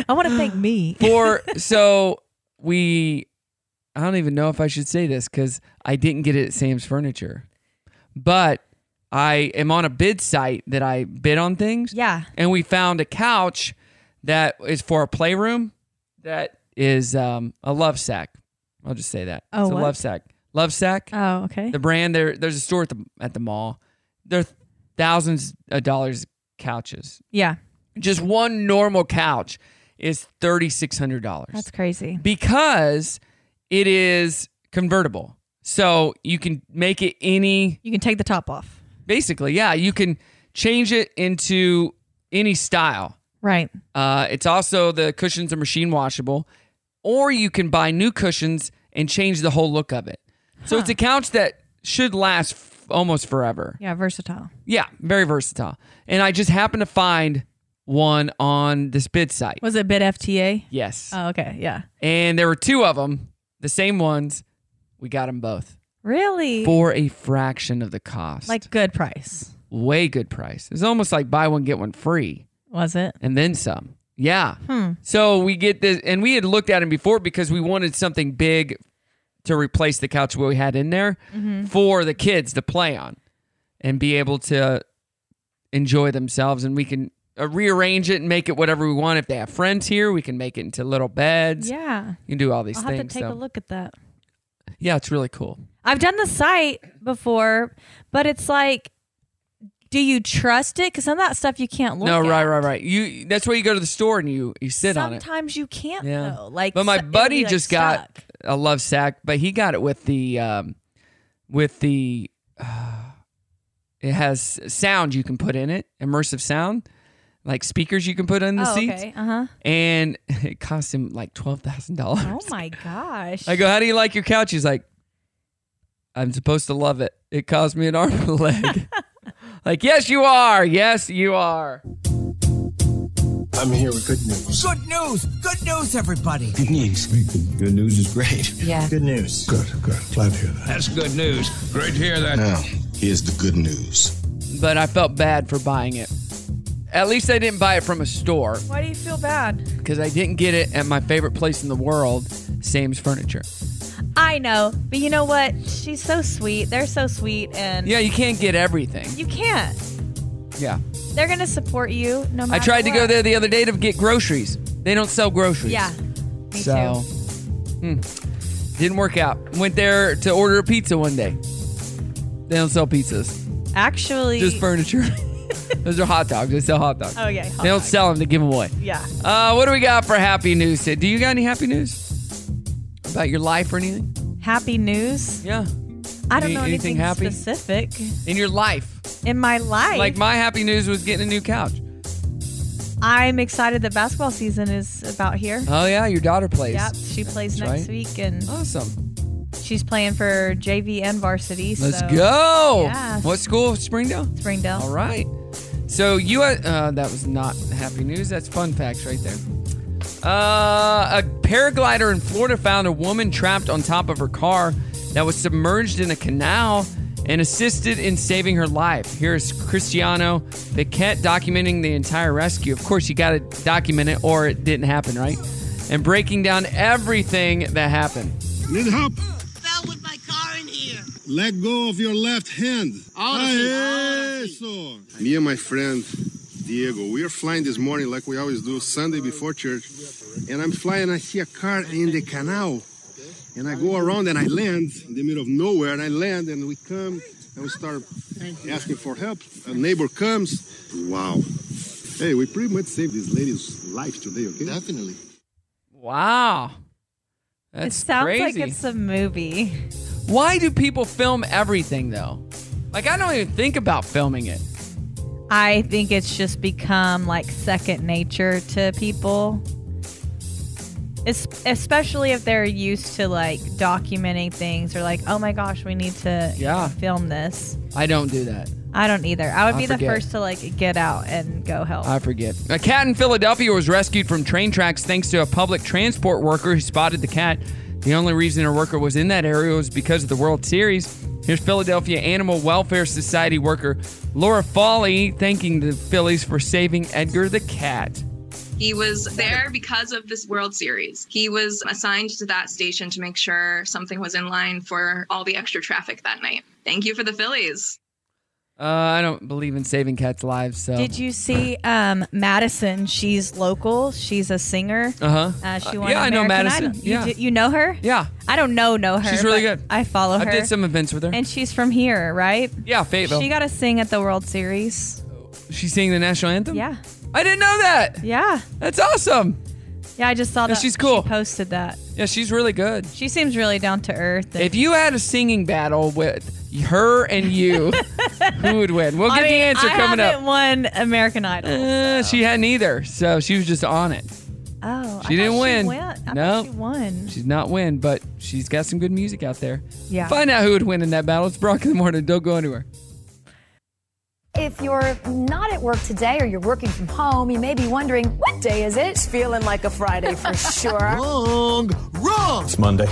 Speaker 5: I want to thank me.
Speaker 1: for so we. I don't even know if I should say this because I didn't get it at Sam's Furniture, but I am on a bid site that I bid on things.
Speaker 5: Yeah.
Speaker 1: And we found a couch that is for a playroom that is um, a love sack. I'll just say that.
Speaker 5: Oh,
Speaker 1: it's a
Speaker 5: what?
Speaker 1: love sack. Love sack.
Speaker 5: Oh, okay.
Speaker 1: The brand there there's a store at the at the mall. There're thousands of dollars couches.
Speaker 5: Yeah.
Speaker 1: Just one normal couch is $3600
Speaker 5: That's crazy.
Speaker 1: because it is convertible. So you can make it any.
Speaker 5: You can take the top off.
Speaker 1: Basically, yeah. You can change it into any style.
Speaker 5: Right.
Speaker 1: Uh, it's also the cushions are machine washable, or you can buy new cushions and change the whole look of it. So it's a couch that should last f- almost forever.
Speaker 5: Yeah, versatile.
Speaker 1: Yeah, very versatile. And I just happened to find one on this bid site.
Speaker 5: Was it bid FTA?
Speaker 1: Yes.
Speaker 5: Oh, okay. Yeah.
Speaker 1: And there were two of them, the same ones. We got them both
Speaker 5: Really?
Speaker 1: for a fraction of the cost.
Speaker 5: like good price.
Speaker 1: way good price. It's almost like buy one get one free
Speaker 5: Was it?
Speaker 1: and then some. Yeah.
Speaker 5: Hmm.
Speaker 1: So we get this and we had looked at him before because we wanted something big to replace the couch we had in there
Speaker 5: Mhm.
Speaker 1: for the kids to play on and be able to enjoy themselves and we can uh, rearrange it and make it whatever we want if they have friends here we can make it into little beds
Speaker 5: Yeah.
Speaker 1: you can do all these
Speaker 5: I'll
Speaker 1: things
Speaker 5: have to take
Speaker 1: so.
Speaker 5: a look at that.
Speaker 1: yeah it's really cool
Speaker 5: I've done the site before, but it's like, do you trust it? Because some of that stuff you can't look
Speaker 1: no
Speaker 5: at.
Speaker 1: right right right you that's where you go to the store and you you sit on it
Speaker 5: Sometimes you can't though. Like,
Speaker 1: but my
Speaker 5: so- it'll
Speaker 1: buddy
Speaker 5: be, like,
Speaker 1: just got a love sack, but he got it with the, um, with the, uh, it has sound you can put in it, immersive sound, like speakers you can put in the
Speaker 5: Oh,
Speaker 1: seats,
Speaker 5: okay. Uh-huh.
Speaker 1: and it cost him like twelve thousand dollars.
Speaker 5: Oh my gosh.
Speaker 1: I go, how do you like your couch? He's like, I'm supposed to love it. It cost me an arm and a leg. like, yes, you are. Yes, you are.
Speaker 16: I'm here with good news.
Speaker 4: Good news! Good news, everybody!
Speaker 16: Good news. Good, good news is great.
Speaker 4: Yeah.
Speaker 16: Good news. Good, good. Glad to hear that.
Speaker 4: That's good news. Great to hear that.
Speaker 16: Now, here's the good news.
Speaker 1: But I felt bad for buying it. At least I didn't buy it from a store.
Speaker 5: Why do you feel bad?
Speaker 1: because I didn't get it at my favorite place in the world, Sam's Furniture.
Speaker 5: I know, but you know what? She's so sweet. They're so sweet, and
Speaker 1: Yeah, you can't get everything.
Speaker 5: you can't.
Speaker 1: Yeah.
Speaker 5: They're gonna support you no matter.
Speaker 1: I tried to
Speaker 5: what.
Speaker 1: go there the other day to get groceries. They don't sell groceries.
Speaker 5: Yeah, me
Speaker 1: so, hmm, didn't work out. Went there to order a pizza one day. They don't sell pizzas,
Speaker 5: too. Actually,
Speaker 1: just furniture. Those are hot dogs. They sell hot dogs.
Speaker 5: Oh, yeah, hot
Speaker 1: they don't
Speaker 5: dogs.
Speaker 1: sell them to give away.
Speaker 5: Yeah.
Speaker 1: Uh, what do we got for happy news? today? Do you got any happy news about your life or anything?
Speaker 5: happy news.
Speaker 1: Yeah.
Speaker 5: I don't
Speaker 1: Any-
Speaker 5: know
Speaker 1: anything
Speaker 5: anything,
Speaker 1: happy?
Speaker 5: specific
Speaker 1: In your life?
Speaker 5: in my life.
Speaker 1: Like my happy news was getting a new couch.
Speaker 5: I'm excited that basketball season is about here.
Speaker 1: Oh yeah, your daughter plays.
Speaker 5: Yep, she plays
Speaker 1: That's
Speaker 5: next
Speaker 1: right.
Speaker 5: week, and
Speaker 1: Awesome.
Speaker 5: she's playing for JV and varsity.
Speaker 1: Let's
Speaker 5: so-
Speaker 1: go.
Speaker 5: Yeah,
Speaker 1: What school? Springdale.
Speaker 5: Springdale.
Speaker 1: All right. So you uh, that was not happy news. That's fun facts right there. Uh, a paraglider in Florida found a woman trapped on top of her car that was submerged in a canal and assisted in saving her life. Here is Cristiano Biquet documenting the entire rescue. Of course, you got to document it or it didn't happen, right? And breaking down everything that happened.
Speaker 17: Need help? Fell with my car in here. Let go of your left hand. Ah, eso. Me and my friend Diego, we are flying this morning like we always do, Sunday before church. And I'm flying, I see a car in the canal. And I go around and I land in the middle of nowhere. And I land and we come and we start asking for help. A neighbor comes. Wow. Hey, we pretty much saved this lady's life today, okay? Definitely.
Speaker 1: Wow.
Speaker 5: it
Speaker 1: That's
Speaker 5: sounds
Speaker 1: crazy.
Speaker 5: like it's a movie.
Speaker 1: Why do people film everything though? Like I don't even think about filming it.
Speaker 5: I think it's just become like second nature to people. Es- especially if they're used to like documenting things or like, oh my gosh, we need to you know,
Speaker 1: Yeah.
Speaker 5: film this.
Speaker 1: I don't do that.
Speaker 5: I don't either. I would
Speaker 1: I
Speaker 5: be the
Speaker 1: forget.
Speaker 5: first to like get out and go help.
Speaker 1: I forget. A cat in Philadelphia was rescued from train tracks thanks to a public transport worker who spotted the cat. The only reason a worker was in that area was because of the World Series. Here's Philadelphia Animal Welfare Society worker Laura Foley thanking the Phillies for saving Edgar the cat.
Speaker 18: He was there because of this World Series. He was assigned to that station to make sure something was in line for all the extra traffic that night. Thank you for the Phillies.
Speaker 1: Uh, I don't believe in saving cats' lives. So
Speaker 5: Did you see um, Madison? She's local. She's a singer.
Speaker 1: Uh-huh.
Speaker 5: Uh, she
Speaker 1: Uh,
Speaker 5: won
Speaker 1: yeah, I know
Speaker 5: American
Speaker 1: Madison.
Speaker 5: Idol. You,
Speaker 1: Yeah.
Speaker 5: d- you know her?
Speaker 1: Yeah.
Speaker 5: I don't know know her.
Speaker 1: She's really
Speaker 5: but
Speaker 1: good.
Speaker 5: I follow
Speaker 1: I
Speaker 5: her.
Speaker 1: did some events with her.
Speaker 5: And she's from here, right?
Speaker 1: Yeah, Fayetteville.
Speaker 5: She got to sing at the World Series.
Speaker 1: She sang the national anthem.
Speaker 5: Yeah.
Speaker 1: I didn't know that.
Speaker 5: Yeah.
Speaker 1: That's awesome.
Speaker 5: Yeah, I just saw
Speaker 1: Yeah,
Speaker 5: that.
Speaker 1: she's cool.
Speaker 5: She posted that.
Speaker 1: Yeah, she's really good.
Speaker 5: She seems really down to earth. and-
Speaker 1: If you had a singing battle with her and you, who would win? We'll
Speaker 5: I
Speaker 1: get the
Speaker 5: mean,
Speaker 1: answer
Speaker 5: I
Speaker 1: coming
Speaker 5: haven't
Speaker 1: up.
Speaker 5: won American Idol.
Speaker 1: Uh, she hadn't either, so she was just on it.
Speaker 5: Oh,
Speaker 1: She
Speaker 5: I
Speaker 1: didn't
Speaker 5: thought
Speaker 1: win.
Speaker 5: She went. I
Speaker 1: No.
Speaker 5: thought she won.
Speaker 1: She's not win, but she's got some good music out there.
Speaker 5: Yeah.
Speaker 1: Find out who would win in that battle. It's Brock in the morning. Don't go anywhere.
Speaker 19: If you're not at work today or you're working from home, you may be wondering, what day is it? It's feeling like a Friday for sure. wrong, wrong.
Speaker 16: It's Monday.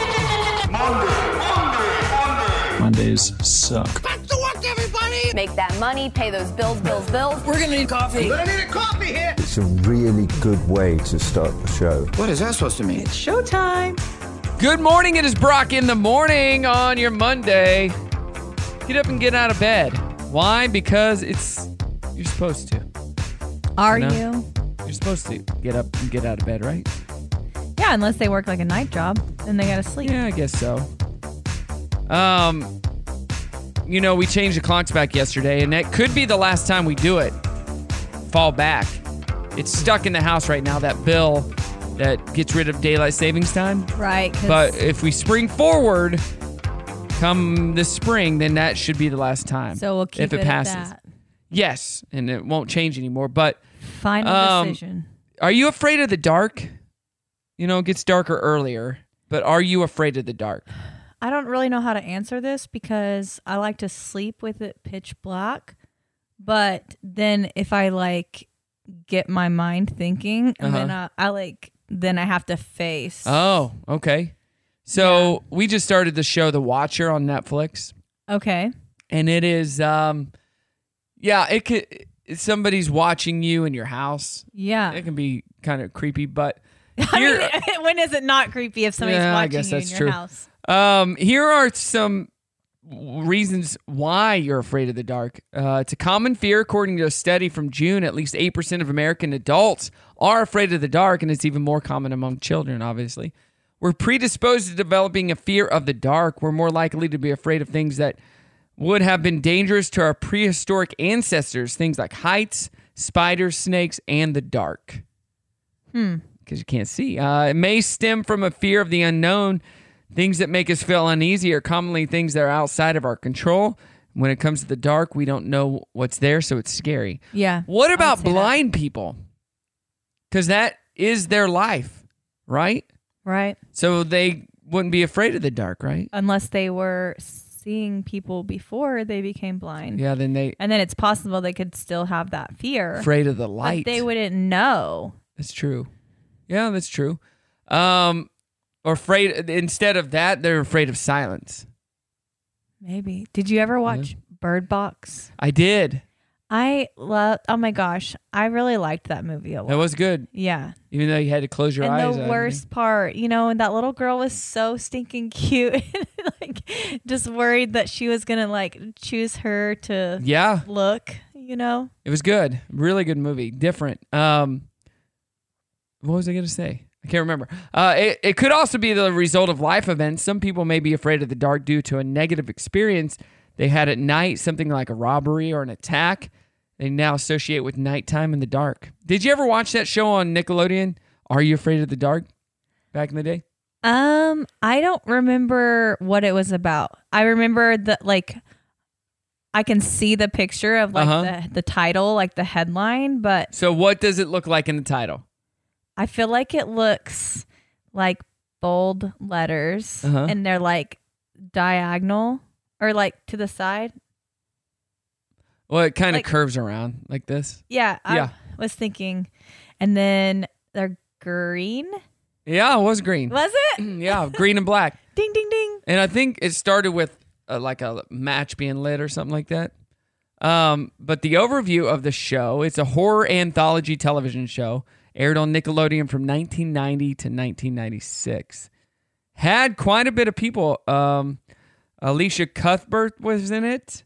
Speaker 16: Mondays suck.
Speaker 19: Everybody, make that money, pay those bills, bills, bills. We're gonna need coffee.
Speaker 3: We're gonna
Speaker 19: need a coffee here.
Speaker 14: It's a really good way to start the show. What is that supposed to mean?
Speaker 1: Showtime. Good morning. It is Brock in the morning on your Monday. Get up and get out of bed. Why? Because it's you're supposed to.
Speaker 5: Are
Speaker 1: No.
Speaker 5: you?
Speaker 1: You're supposed to get up and get out of bed, right?
Speaker 5: Yeah, unless they work like a night job and they gotta sleep.
Speaker 1: Yeah, I guess so. Um, you know, we changed the clocks back yesterday, and that could be the last time we do it. Fall back. It's stuck in the house right now. That bill that gets rid of daylight savings time.
Speaker 5: Right. 'cause-
Speaker 1: But if we spring forward, come this spring, then that should be the last time.
Speaker 5: so we'll keep
Speaker 1: if it,
Speaker 5: at
Speaker 1: passes.
Speaker 5: that.
Speaker 1: Yes, and it won't change anymore. But
Speaker 5: Final
Speaker 1: um,
Speaker 5: decision.
Speaker 1: Are you afraid of the dark? You know, it gets darker earlier, but are you afraid of the dark?
Speaker 5: I don't really know how to answer this because I like to sleep with it pitch black. But then if I like get my mind thinking and then I,
Speaker 1: Uh-huh.
Speaker 5: I like then I have to face.
Speaker 1: Oh, okay. So we just started the show The Watcher on Netflix,
Speaker 5: Okay.
Speaker 1: and it is, um, yeah, it could. Somebody's watching you in your house.
Speaker 5: Yeah.
Speaker 1: it can be kind of creepy, but
Speaker 5: I mean, when is it not creepy if somebody's
Speaker 1: Yeah,
Speaker 5: watching
Speaker 1: I guess
Speaker 5: you
Speaker 1: that's
Speaker 5: in your
Speaker 1: true.
Speaker 5: house?
Speaker 1: Um, here are some w- reasons why you're afraid of the dark. Uh, it's a common fear, according to a study from June. At least eight percent of American adults are afraid of the dark, and it's even more common among children. Obviously, we're predisposed to developing a fear of the dark. We're more likely to be afraid of things that would have been dangerous to our prehistoric ancestors, things like heights, spiders, snakes, and the dark
Speaker 5: Hmm.
Speaker 1: because you can't see. Uh, it may stem from a fear of the unknown. Things that make us feel uneasy are commonly things that are outside of our control. When it comes to the dark, we don't know what's there, so it's scary.
Speaker 5: Yeah.
Speaker 1: What about blind people? Because that is their life, right?
Speaker 5: Right.
Speaker 1: So they wouldn't be afraid of the dark, right?
Speaker 5: Unless they were seeing people before they became blind.
Speaker 1: Yeah, then they
Speaker 5: And then it's possible they could still have that fear.
Speaker 1: Afraid of the
Speaker 5: but
Speaker 1: light.
Speaker 5: they wouldn't know.
Speaker 1: That's true. Yeah, that's true. Um, or afraid instead of that, they're afraid of silence.
Speaker 5: Maybe. Did you ever watch Bird Box?
Speaker 1: I did.
Speaker 5: I love. Oh my gosh, I really liked that movie a lot.
Speaker 1: That was good.
Speaker 5: Yeah.
Speaker 1: Even though you had to close your
Speaker 5: and
Speaker 1: eyes.
Speaker 5: the
Speaker 1: I-
Speaker 5: worst part, you know, and that little girl was so stinking cute, and like just worried that she was gonna like choose her to
Speaker 1: Yeah.
Speaker 5: look, you know.
Speaker 1: It was good. Really good movie. Different. Um, what was I going to say? I can't remember. Uh, it, it could also be the result of life events. Some people may be afraid of the dark due to a negative experience they had at night, something like a robbery or an attack. They now associate with nighttime and the dark. Did you ever watch that show on Nickelodeon? Are you afraid of the dark? Back in the day,
Speaker 5: Um, I don't remember what it was about. I remember that like I can see the picture of like
Speaker 1: Uh-huh.
Speaker 5: the, the title, like the headline, but
Speaker 1: So what does it look like in the title?
Speaker 5: I feel like it looks like bold letters
Speaker 1: Uh-huh.
Speaker 5: and they're like diagonal or like to the side.
Speaker 1: Well, it kind of
Speaker 5: Like-
Speaker 1: curves around like this.
Speaker 5: Yeah, I
Speaker 1: Yeah.
Speaker 5: was thinking. And then they're green.
Speaker 1: Yeah, it was green.
Speaker 5: Was it?
Speaker 1: yeah, green and black.
Speaker 5: Ding ding ding.
Speaker 1: And I think it started with uh, like a match being lit or something like that. Um, but the overview of the show, it's a horror anthology television show aired on Nickelodeon from 1990 to 1996. Had quite a bit of people. Um, Alicia Cuthbert was in it.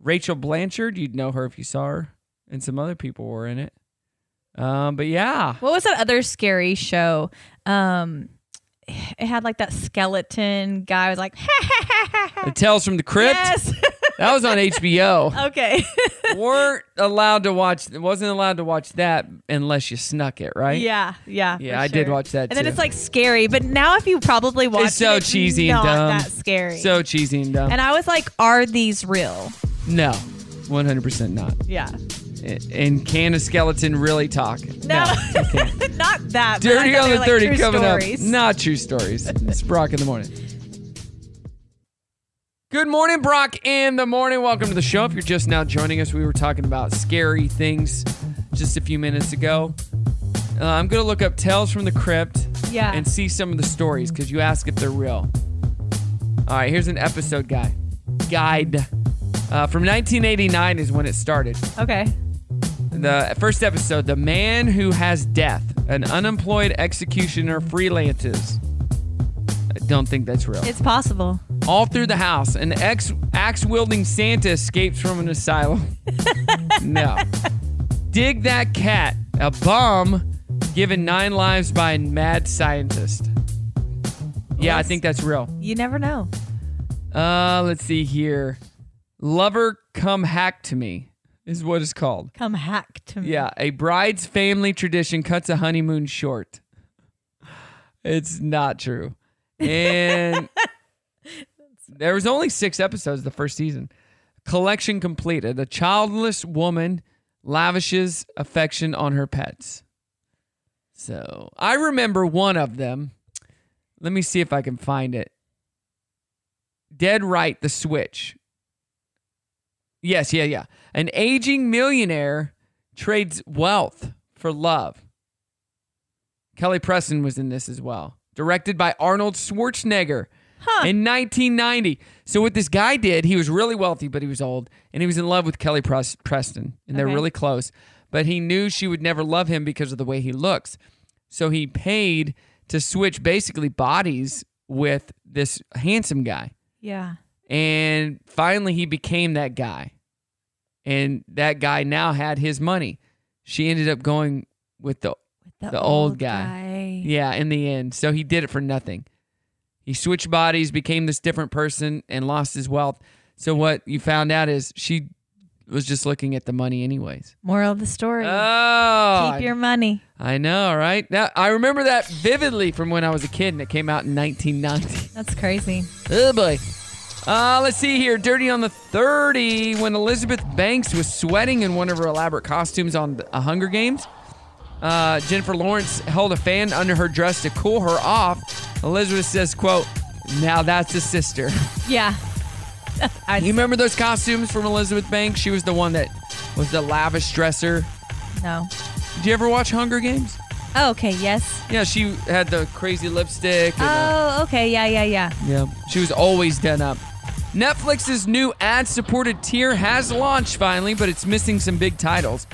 Speaker 1: Rachel Blanchard, you'd know her if you saw her, and some other people were in it. Um, but yeah,
Speaker 5: What was that other scary show? Um, it had like that skeleton guy was like,
Speaker 1: the Tales from the Crypt.
Speaker 5: Yes.
Speaker 1: That was on HBO.
Speaker 5: okay,
Speaker 1: weren't allowed to watch wasn't allowed to watch that unless you snuck it right
Speaker 5: yeah, yeah,
Speaker 1: yeah
Speaker 5: for
Speaker 1: i did
Speaker 5: sure.
Speaker 1: watch that
Speaker 5: And then
Speaker 1: too.
Speaker 5: it's like scary, but now if you probably watch
Speaker 1: it's so
Speaker 5: it, it's
Speaker 1: cheesy and
Speaker 5: not
Speaker 1: dumb
Speaker 5: That scary.
Speaker 1: so cheesy and dumb
Speaker 5: and I was like, are these real?
Speaker 1: no 100% not
Speaker 5: Yeah,
Speaker 1: A- and can a skeleton really talk
Speaker 5: no, not that. but I
Speaker 1: dirty
Speaker 5: thought
Speaker 1: on the
Speaker 5: they were, like,
Speaker 1: 30
Speaker 5: true
Speaker 1: coming
Speaker 5: stories.
Speaker 1: up not true stories it's brock in the morning Good morning, Brock in the morning. Welcome to the show. If you're just now joining us, we were talking about scary things just a few minutes ago. Uh, I'm going to look up Tales from the Crypt
Speaker 5: Yeah.
Speaker 1: and see some of the stories because you ask if they're real. All right, here's an episode guy guide. Uh, from 1989 is when it started.
Speaker 5: Okay.
Speaker 1: The first episode The Man Who Has Death, an unemployed executioner freelances. I don't think that's real.
Speaker 5: It's possible.
Speaker 1: All through the house, an ex axe wielding Santa escapes from an asylum. no. Dig that cat, a bum given nine lives by a mad scientist. Yeah, I think that's real.
Speaker 5: You never know.
Speaker 1: Uh, let's see here. Lover come hack to me is what it's called.
Speaker 5: Come hack to me.
Speaker 1: Yeah, a bride's family tradition cuts a honeymoon short. It's not true. And there was only six episodes the first season. Collection completed. A childless woman lavishes affection on her pets. So I remember one of them. Let me see if I can find it. Dead Right the Switch. Yes, yeah, yeah. An aging millionaire trades wealth for love. Kelly Preston was in this as well, directed by Arnold Schwarzenegger in 1990. So, what this guy did, he was really wealthy, but he was old, and he was in love with Kelly Pres- Preston, and they're
Speaker 20: Okay.
Speaker 1: really close. But he knew she would never love him because of the way he looks. So, he paid to switch basically bodies with this handsome guy.
Speaker 5: Yeah.
Speaker 1: And finally, he became that guy. And that guy now had his money. She ended up going with the,
Speaker 5: the
Speaker 1: the, old,
Speaker 5: old
Speaker 1: guy.
Speaker 5: guy.
Speaker 1: Yeah, in the end. So he did it for nothing. He switched bodies, became this different person, and lost his wealth. So what you found out is she was just looking at the money, anyways.
Speaker 5: Moral of the story.
Speaker 1: Oh,
Speaker 5: Keep your money.
Speaker 1: I know, right? Now I remember that vividly from when I was a kid, and it came out in 1990.
Speaker 5: That's crazy.
Speaker 1: Oh boy. Uh, let's see here. Dirty on the 30. When Elizabeth Banks was sweating in one of her elaborate costumes on the uh, Hunger Games, uh, Jennifer Lawrence held a fan under her dress to cool her off. Elizabeth says, quote, now that's a sister.
Speaker 5: Yeah.
Speaker 1: you remember those costumes from Elizabeth Banks? She was the one that was the lavish dresser.
Speaker 5: No.
Speaker 1: Did you ever watch Hunger Games?
Speaker 5: Oh, okay. Yes.
Speaker 1: Yeah, she had the crazy lipstick. And, uh,
Speaker 5: Oh, okay. Yeah, yeah, yeah.
Speaker 1: Yeah, she was always done up. Netflix's new ad supported tier has launched finally, but it's missing some big titles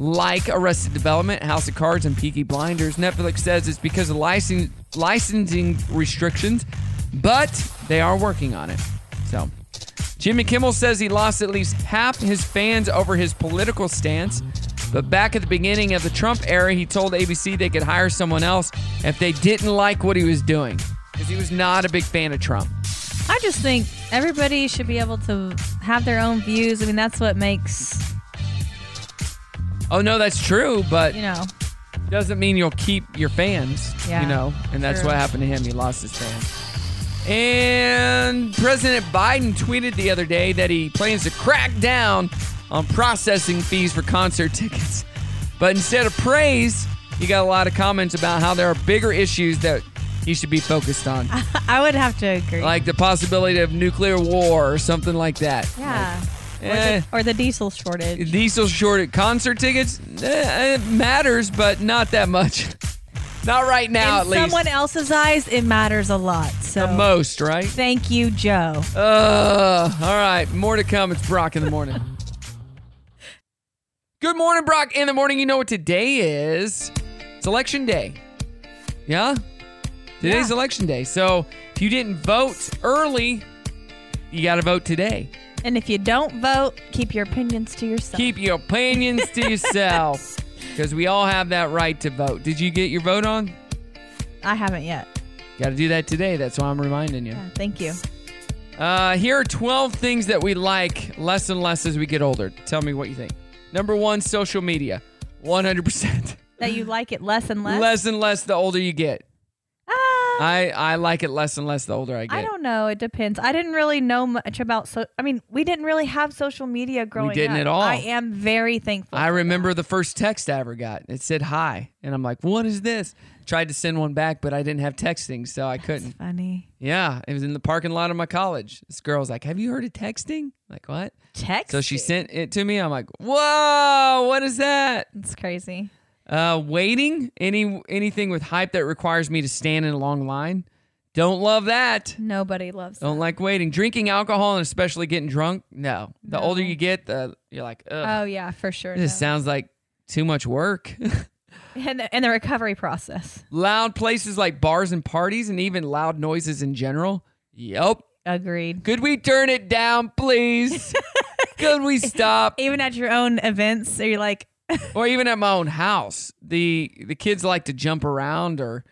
Speaker 1: like Arrested Development, House of Cards, and Peaky Blinders. Netflix says it's because of licen- licensing restrictions, but they are working on it. So, Jimmy Kimmel says he lost at least half his fans over his political stance. But back at the beginning of the Trump era, he told ABC they could hire someone else if they didn't like what he was doing because he was not a big fan of Trump.
Speaker 5: I just think everybody should be able to have their own views. I mean, that's what makes,
Speaker 1: Oh no, that's true, but
Speaker 5: you know,
Speaker 1: doesn't mean you'll keep your fans.
Speaker 5: Yeah,
Speaker 1: you know, and that's
Speaker 5: true.
Speaker 1: what happened to him. He lost his fans. And President Biden tweeted the other day that he plans to crack down on processing fees for concert tickets. But instead of praise, he got a lot of comments about how there are bigger issues that he should be focused on,
Speaker 5: I would have to agree.
Speaker 1: like the possibility of nuclear war or something like that.
Speaker 5: yeah.
Speaker 1: eh.
Speaker 5: Or, the, or the diesel shortage.
Speaker 1: Diesel shorted concert tickets eh, it matters, but not that much. Not right now,
Speaker 5: In
Speaker 1: at least.
Speaker 5: someone else's eyes, it matters a lot. So
Speaker 1: The most, right?
Speaker 5: Thank you, Joe.
Speaker 1: Uh, all right, more to come. It's Brock in the morning. Good morning, Brock in the morning. You know what today is? It's election day. Yeah? Today's election day. So if you didn't vote early, you got to vote today.
Speaker 5: And if you don't vote, keep your opinions to yourself.
Speaker 1: Keep your opinions to yourself because we all have that right to vote. Did you get your vote on?
Speaker 5: I haven't yet.
Speaker 1: Got to do that today. That's why I'm reminding you.
Speaker 5: Thank you.
Speaker 1: Uh, here are 12 things that we like less and less as we get older. Tell me what you think. Number one, social media. 100%.
Speaker 5: That you like it less and less. Ah,
Speaker 1: Less and less the older you get. I, I like it less and less the older I get.
Speaker 5: I don't know. It depends. I didn't really know much about so. I mean, we didn't really have social media growing up.
Speaker 1: didn't at all.
Speaker 5: I am very thankful.
Speaker 1: I remember the first text I ever got. It said hi. And I'm like, what is this? Tried to send one back, but I didn't have texting, so I couldn't.
Speaker 5: Funny.
Speaker 1: Yeah, it was in the parking lot of my college. This girl's like, Have you heard of texting? Like, what?
Speaker 5: Text.
Speaker 1: So she sent it to me. I'm like, Whoa, what is that?
Speaker 5: It's crazy.
Speaker 1: Uh, waiting. Any anything with hype that requires me to stand in a long line. Don't love that.
Speaker 5: Nobody loves.
Speaker 1: Don't like waiting. Drinking alcohol and especially getting drunk. No. The
Speaker 5: No.
Speaker 1: older you get, the you're like,
Speaker 5: Oh
Speaker 1: Ugh,
Speaker 5: yeah, for sure.
Speaker 1: this sounds like too much work.
Speaker 5: no. And the, and the recovery process.
Speaker 1: loud places like bars and parties and even loud noises in general. Yep.
Speaker 5: Agreed.
Speaker 1: Could we turn it down, please? Could we stop?
Speaker 5: Even at your own events, so you're like
Speaker 1: or even at my own house, the the kids like to jump around or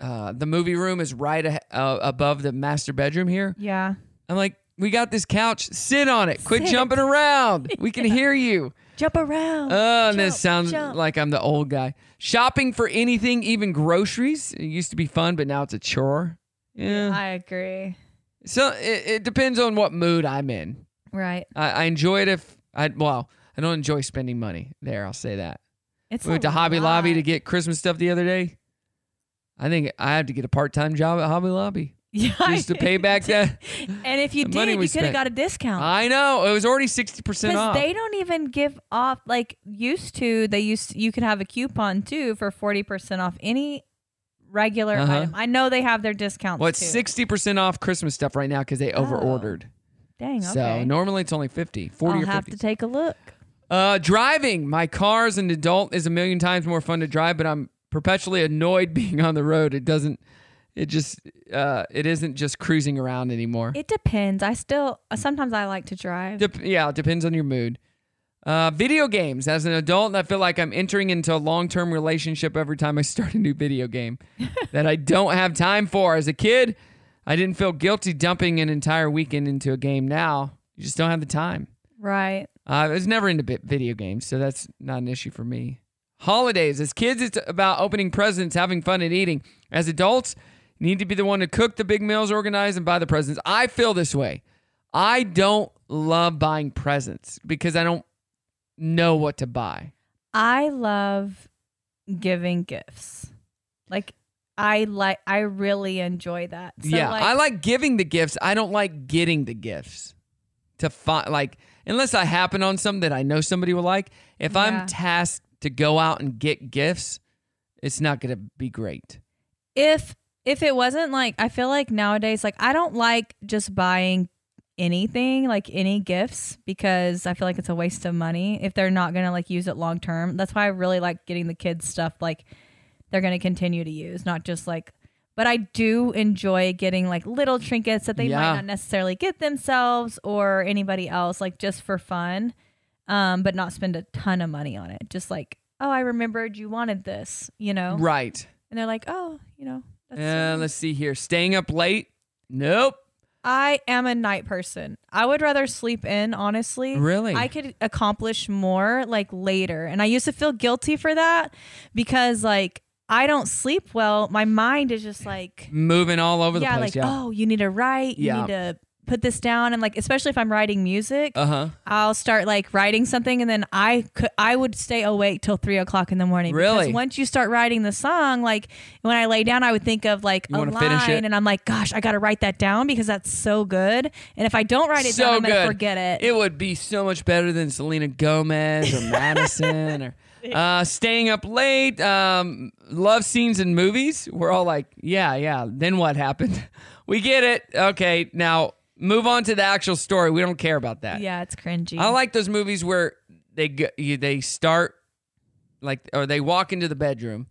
Speaker 1: uh, the movie room is right a- uh, above the master bedroom here.
Speaker 5: Yeah.
Speaker 1: I'm like, we got this couch. Sit on it. Quit
Speaker 5: Sit.
Speaker 1: jumping around. We can hear you.
Speaker 5: Jump around.
Speaker 1: Oh, and
Speaker 5: jump,
Speaker 1: this sounds
Speaker 5: jump.
Speaker 1: like I'm the old guy. Shopping for anything, even groceries. It used to be fun, but now it's a chore. Yeah.
Speaker 5: I agree.
Speaker 1: So it, it depends on what mood I'm in.
Speaker 5: Right.
Speaker 1: I, I enjoy it if I well, I don't enjoy spending money. There, I'll say that.
Speaker 5: It's
Speaker 1: we went
Speaker 5: a
Speaker 1: to Hobby Lobby to get Christmas stuff the other day. I think I have to get a part time job at Hobby Lobby.
Speaker 5: Yeah.
Speaker 1: Just to pay back that.
Speaker 5: And if you
Speaker 1: The
Speaker 5: did,
Speaker 1: money
Speaker 5: you
Speaker 1: we
Speaker 5: could have
Speaker 1: spent.
Speaker 5: got a discount.
Speaker 1: I know. It was already sixty percent
Speaker 5: Because
Speaker 1: off.
Speaker 5: they don't even give off like used to. They used you could have a coupon too for forty percent off any regular
Speaker 1: Uh-huh.
Speaker 5: item. I know they have their discounts.
Speaker 1: What's
Speaker 5: too.
Speaker 1: sixty percent off Christmas stuff right now because they overordered.
Speaker 5: Dang. Oh, Okay.
Speaker 1: So normally it's only 50, 40
Speaker 5: I'll
Speaker 1: or
Speaker 5: have
Speaker 1: 50.
Speaker 5: to take a look.
Speaker 1: Uh, driving. My car as an adult is a million times more fun to drive, but I'm perpetually annoyed being on the road. It doesn't. It just. Uh, it isn't just cruising around anymore.
Speaker 5: It depends. I still sometimes I like to drive.
Speaker 1: Dep- yeah, it depends on your mood. Uh, video games. As an adult, I feel like I'm entering into a long-term relationship every time I start a new video game that I don't have time for. As a kid, I didn't feel guilty dumping an entire weekend into a game. Now, you just don't have the time.
Speaker 5: Right.
Speaker 1: Uh, I was never into bi- video games, so that's not an issue for me. Holidays. As kids, it's about opening presents, having fun, and eating. As adults, you need to be the one to cook the big meals, organize, and buy the presents. I feel this way. I don't love buying presents because I don't know what to buy.
Speaker 5: I love giving gifts. Like I like I really enjoy that. So
Speaker 1: yeah,
Speaker 5: like,
Speaker 1: I like giving the gifts. I don't like getting the gifts. To find like unless I happen on something that I know somebody will like. If
Speaker 5: Yeah.
Speaker 1: I'm tasked to go out and get gifts, it's not going to be great.
Speaker 5: if if it wasn't like I feel like nowadays like I don't like just buying anything like any gifts because I feel like it's a waste of money if they're not going to like use it long term. That's why I really like getting the kids stuff like they're going to continue to use, not just like but I do enjoy getting like little trinkets that they
Speaker 1: Yeah.
Speaker 5: might not necessarily get themselves or anybody else like just for fun. Um but not spend a ton of money on it. Just like, "Oh, I remembered you wanted this," you know.
Speaker 1: Right.
Speaker 5: And they're like, "Oh, you know,
Speaker 1: Uh, let's see here. Staying up late? Nope.
Speaker 5: I am a night person. I would rather sleep in, honestly.
Speaker 1: Really?
Speaker 5: I could accomplish more like later. And I used to feel guilty for that because like I don't sleep well. My mind is just like
Speaker 1: Moving all over
Speaker 5: yeah,
Speaker 1: the place.
Speaker 5: like
Speaker 1: yeah.
Speaker 5: oh, you need to write,
Speaker 1: Yeah.
Speaker 5: you need to put this down and like especially if I'm writing music,
Speaker 1: Uh huh.
Speaker 5: I'll start like writing something, and then I could I would stay awake till three o'clock in the morning.
Speaker 1: Really?
Speaker 5: Because once you start writing the song, like when I lay down, I would think of like
Speaker 1: You
Speaker 5: a
Speaker 1: wanna finish
Speaker 5: line,
Speaker 1: it?
Speaker 5: and I'm like, gosh, I got to write that down because that's so good. And if I don't write it down,
Speaker 1: So
Speaker 5: I'm
Speaker 1: good.
Speaker 5: gonna forget it.
Speaker 1: It would be so much better than Selena Gomez or Madison or uh, staying up late. Um, love scenes in movies. We're all like, yeah, yeah. Then what happened? We get it. Okay, now move on to the actual story. We don't care about that.
Speaker 5: yeah, it's cringy.
Speaker 1: I like those movies where they go, you, they start like or they walk into the bedroom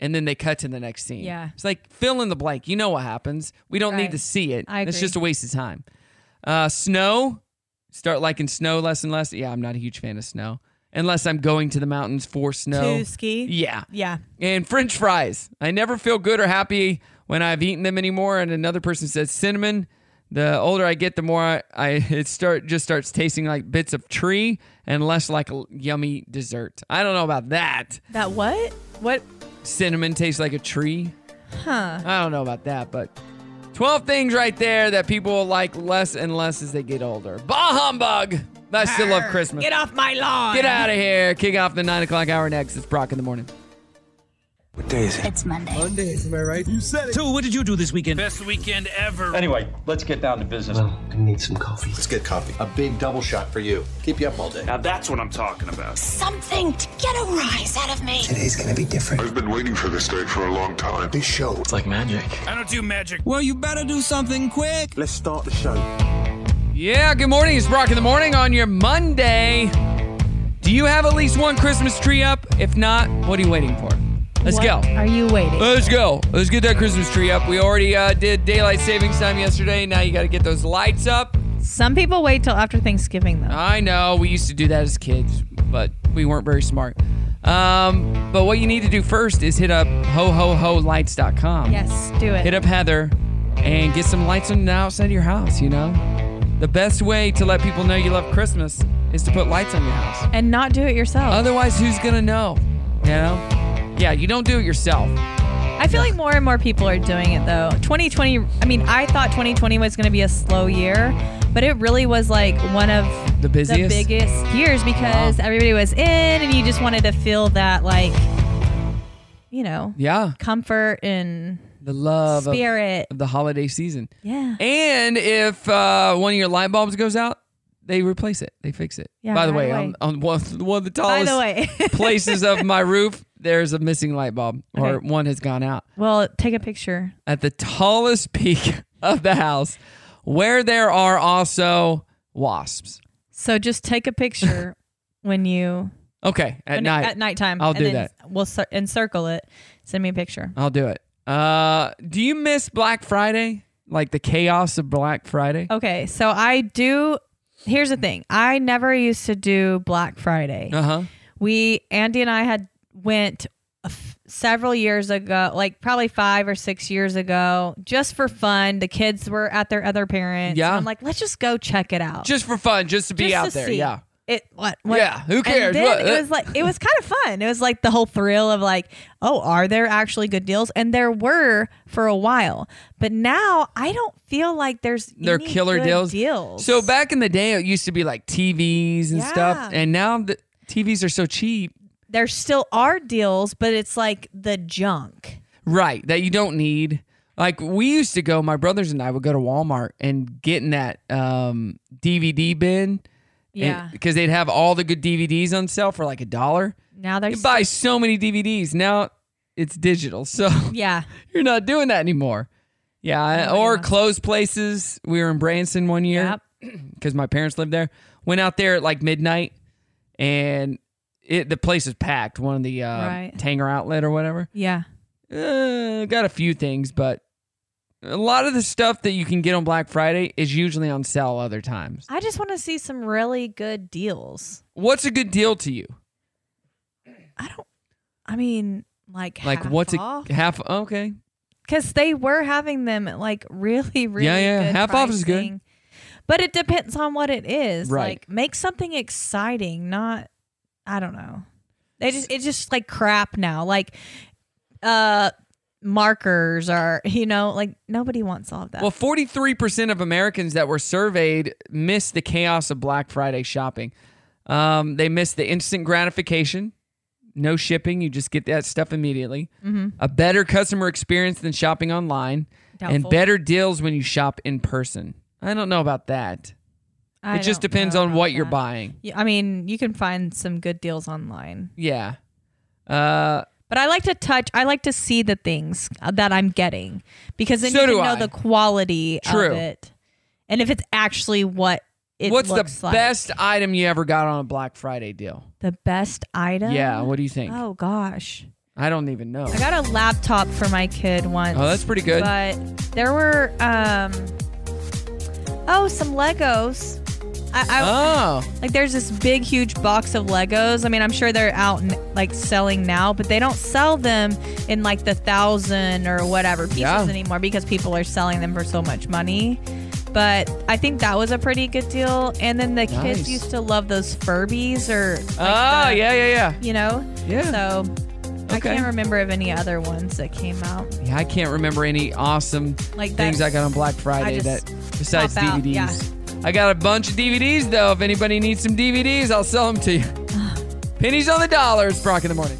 Speaker 1: and then they cut to the next scene.
Speaker 5: Yeah.
Speaker 1: it's like fill in the blank. You know what happens. We don't
Speaker 5: Right.
Speaker 1: need to see it.
Speaker 5: I
Speaker 1: It's
Speaker 5: agree.
Speaker 1: just a waste of time. Uh, snow. Start liking snow less and less. Yeah, I'm not a huge fan of snow unless I'm going to the mountains for snow.
Speaker 5: To ski?
Speaker 1: Yeah.
Speaker 5: Yeah.
Speaker 1: And French fries. I never feel good or happy when I've eaten them anymore. And another person says cinnamon. The older I get, the more I, I it start just starts tasting like bits of tree and less like a yummy dessert. I don't know about that.
Speaker 5: That what? What?
Speaker 1: Cinnamon tastes like a tree.
Speaker 5: Huh.
Speaker 1: I don't know about that, but 12 things right there that people will like less and less as they get older. Bah humbug! I still love Christmas.
Speaker 5: Get off my lawn.
Speaker 1: Get out of here. Kick off the 9 o'clock hour next. It's Brock in the morning.
Speaker 20: What day is it?
Speaker 13: It's Monday.
Speaker 20: Mondays, am I right? You said it. So, what did you do this weekend? Best weekend ever.
Speaker 21: Anyway, let's get down to business. Well, I need some coffee. Let's get coffee. A big double shot for you. Keep you up all day. Now that's what I'm talking about.
Speaker 13: Something to get a rise out of me.
Speaker 21: Today's gonna be different. I've been waiting for this day for a long time. This show, it's like magic.
Speaker 20: I don't do magic.
Speaker 4: Well, you better do something quick. Let's start the show.
Speaker 1: Yeah, good morning. It's Brock in the morning on your Monday. Do you have at least one Christmas tree up? If not, what are you waiting for? Let's
Speaker 5: What
Speaker 1: go.
Speaker 5: Are you waiting?
Speaker 1: Let's go. Let's get that Christmas tree up. We already uh, did daylight savings time yesterday. Now you got to get those lights up.
Speaker 5: Some people wait till after Thanksgiving though.
Speaker 1: I know we used to do that as kids, but we weren't very smart. Um, but what you need to do first is hit up hohoholights.com.
Speaker 5: Yes, do it.
Speaker 1: Hit up Heather and get some lights on the outside of your house, you know? The best way to let people know you love Christmas is to put lights on your house.
Speaker 5: And not do it yourself.
Speaker 1: Otherwise, who's going to know? You know? Yeah, you don't do it yourself.
Speaker 5: I feel like more and more people are doing it though. 2020, I mean, I thought 2020 was going to be a slow year, but it really was like one of
Speaker 1: The busiest?
Speaker 5: biggest years because everybody was in and you just wanted to feel that like you know,
Speaker 1: Yeah.
Speaker 5: comfort and
Speaker 1: The love of-
Speaker 5: Spirit.
Speaker 1: Of, the holiday season.
Speaker 5: Yeah.
Speaker 1: And if uh, one of your light bulbs goes out, they replace it. They fix it.
Speaker 5: Yeah,
Speaker 1: By the
Speaker 5: right
Speaker 1: way,
Speaker 5: away.
Speaker 1: on, on one, one of the
Speaker 5: By
Speaker 1: tallest
Speaker 5: the way.
Speaker 1: places of my roof, there's a missing light bulb, or
Speaker 5: Okay.
Speaker 1: one has gone out.
Speaker 5: well, take a picture.
Speaker 1: at the tallest peak of the house where there are also wasps.
Speaker 5: So just take a picture when you
Speaker 1: Okay, at
Speaker 5: when-
Speaker 1: night.
Speaker 5: at nighttime.
Speaker 1: I'll
Speaker 5: and
Speaker 1: do
Speaker 5: then
Speaker 1: that.
Speaker 5: We'll cir- encircle it. Send me a picture.
Speaker 1: I'll do it. Uh, do you miss Black Friday? Like the chaos of Black Friday?
Speaker 5: Okay, so I do. Here's the thing: I never used to do Black Friday.
Speaker 1: Uh huh.
Speaker 5: We Andy and I had went a f- several years ago, like probably five or six years ago, just for fun. The kids were at their other parents.
Speaker 1: Yeah.
Speaker 5: and I'm like, let's just go check it out.
Speaker 1: Just for fun, just to be
Speaker 5: Just
Speaker 1: out
Speaker 5: to
Speaker 1: there.
Speaker 5: see.
Speaker 1: Yeah.
Speaker 5: it what, what-
Speaker 1: Yeah, who
Speaker 5: and
Speaker 1: cares?
Speaker 5: then
Speaker 1: What-
Speaker 5: it was like it was kind of fun it was like the whole thrill of like oh are there actually good deals and there were for a while but now i don't feel like there's
Speaker 1: They're
Speaker 5: any
Speaker 1: killer
Speaker 5: good
Speaker 1: deals.
Speaker 5: deals
Speaker 1: So back in the day, it used to be like TVs and stuff,
Speaker 5: Yeah.
Speaker 1: and now the TVs are so cheap,
Speaker 5: there still are deals but it's like the junk
Speaker 1: right? That you don't need. Like we used to go, my brothers and I would go to Walmart and get in that um, DVD bin,
Speaker 5: Yeah.
Speaker 1: because they'd have all the good DVDs on sale for like a dollar.
Speaker 5: now
Speaker 1: You
Speaker 5: there's
Speaker 1: buy so many DVDs now; it's digital, so
Speaker 5: yeah
Speaker 1: you're not doing that anymore. Yeah, I-
Speaker 5: Nobody
Speaker 1: or
Speaker 5: wants-
Speaker 1: closed places. We were in Branson one year because my parents lived there. Went out there at like midnight, and it the place was packed. One of the uh,
Speaker 5: Right.
Speaker 1: Tanger Outlet or whatever.
Speaker 5: yeah
Speaker 1: Uh, got a few things, but a lot of the stuff that you can get on Black Friday is usually on sale other times.
Speaker 5: i just want to see some really good deals
Speaker 1: What's a good deal to you?
Speaker 5: i mean like
Speaker 1: Like
Speaker 5: half
Speaker 1: what's
Speaker 5: off?
Speaker 1: a half? Okay,
Speaker 5: because they were having them at like really, really
Speaker 1: Yeah, yeah.
Speaker 5: good
Speaker 1: Half off is good.
Speaker 5: pricing. But it depends on what it is.
Speaker 1: Right.
Speaker 5: Like make something exciting, not I don't know. They just it's just like crap now. Like uh markers are you know, like nobody wants all of that.
Speaker 1: Well, 43% of Americans that were surveyed missed the chaos of Black Friday shopping. Um, they missed the instant gratification, no shipping, you just get that stuff immediately,
Speaker 5: Mhm.
Speaker 1: a better customer experience than shopping online, and
Speaker 5: Doubtful.
Speaker 1: better deals when you shop in person. I don't know about that.
Speaker 5: I
Speaker 1: it just
Speaker 5: don't
Speaker 1: depends
Speaker 5: know
Speaker 1: on
Speaker 5: about
Speaker 1: what you're
Speaker 5: that.
Speaker 1: buying.
Speaker 5: Yeah, I mean, you can find some good deals online.
Speaker 1: Yeah. Uh,
Speaker 5: But I like to touch. I like to see the things uh, that I'm getting because then
Speaker 1: So
Speaker 5: you can
Speaker 1: do
Speaker 5: know
Speaker 1: I.
Speaker 5: the quality
Speaker 1: True.
Speaker 5: of it, and if it's actually what it
Speaker 1: what's the
Speaker 5: looks like.
Speaker 1: best item you ever got on a Black Friday deal?
Speaker 5: The best item.
Speaker 1: Yeah, what do you think?
Speaker 5: Oh gosh,
Speaker 1: I don't even know.
Speaker 5: I got a laptop for my kid once.
Speaker 1: Oh, that's pretty good.
Speaker 5: But there were um, oh, some Legos. I, I, oh. Like there's this big, huge box of Legos. I mean, I'm sure they're out and like selling now, but they don't sell them in like the thousand or whatever pieces
Speaker 6: Yeah.
Speaker 5: anymore because people are selling them for so much money. But I think that was a pretty good deal. And then the
Speaker 6: Nice.
Speaker 5: kids used to love those Furbies or. Like
Speaker 1: Uh,
Speaker 6: Oh,
Speaker 5: the-
Speaker 6: yeah, yeah, yeah.
Speaker 5: You know?
Speaker 6: Yeah.
Speaker 5: So I
Speaker 6: Okay.
Speaker 5: can't remember of any other ones that came out.
Speaker 1: Yeah, I can't remember any awesome
Speaker 5: Like
Speaker 1: things I
Speaker 5: that's-
Speaker 1: got on Black Friday
Speaker 5: I just
Speaker 1: that besides
Speaker 5: pop out,
Speaker 1: DVDs.
Speaker 5: yeah.
Speaker 1: I got a bunch of DVDs though. If anybody needs some DVDs, I'll sell them to you. Pennies on the dollars, Brock in the morning.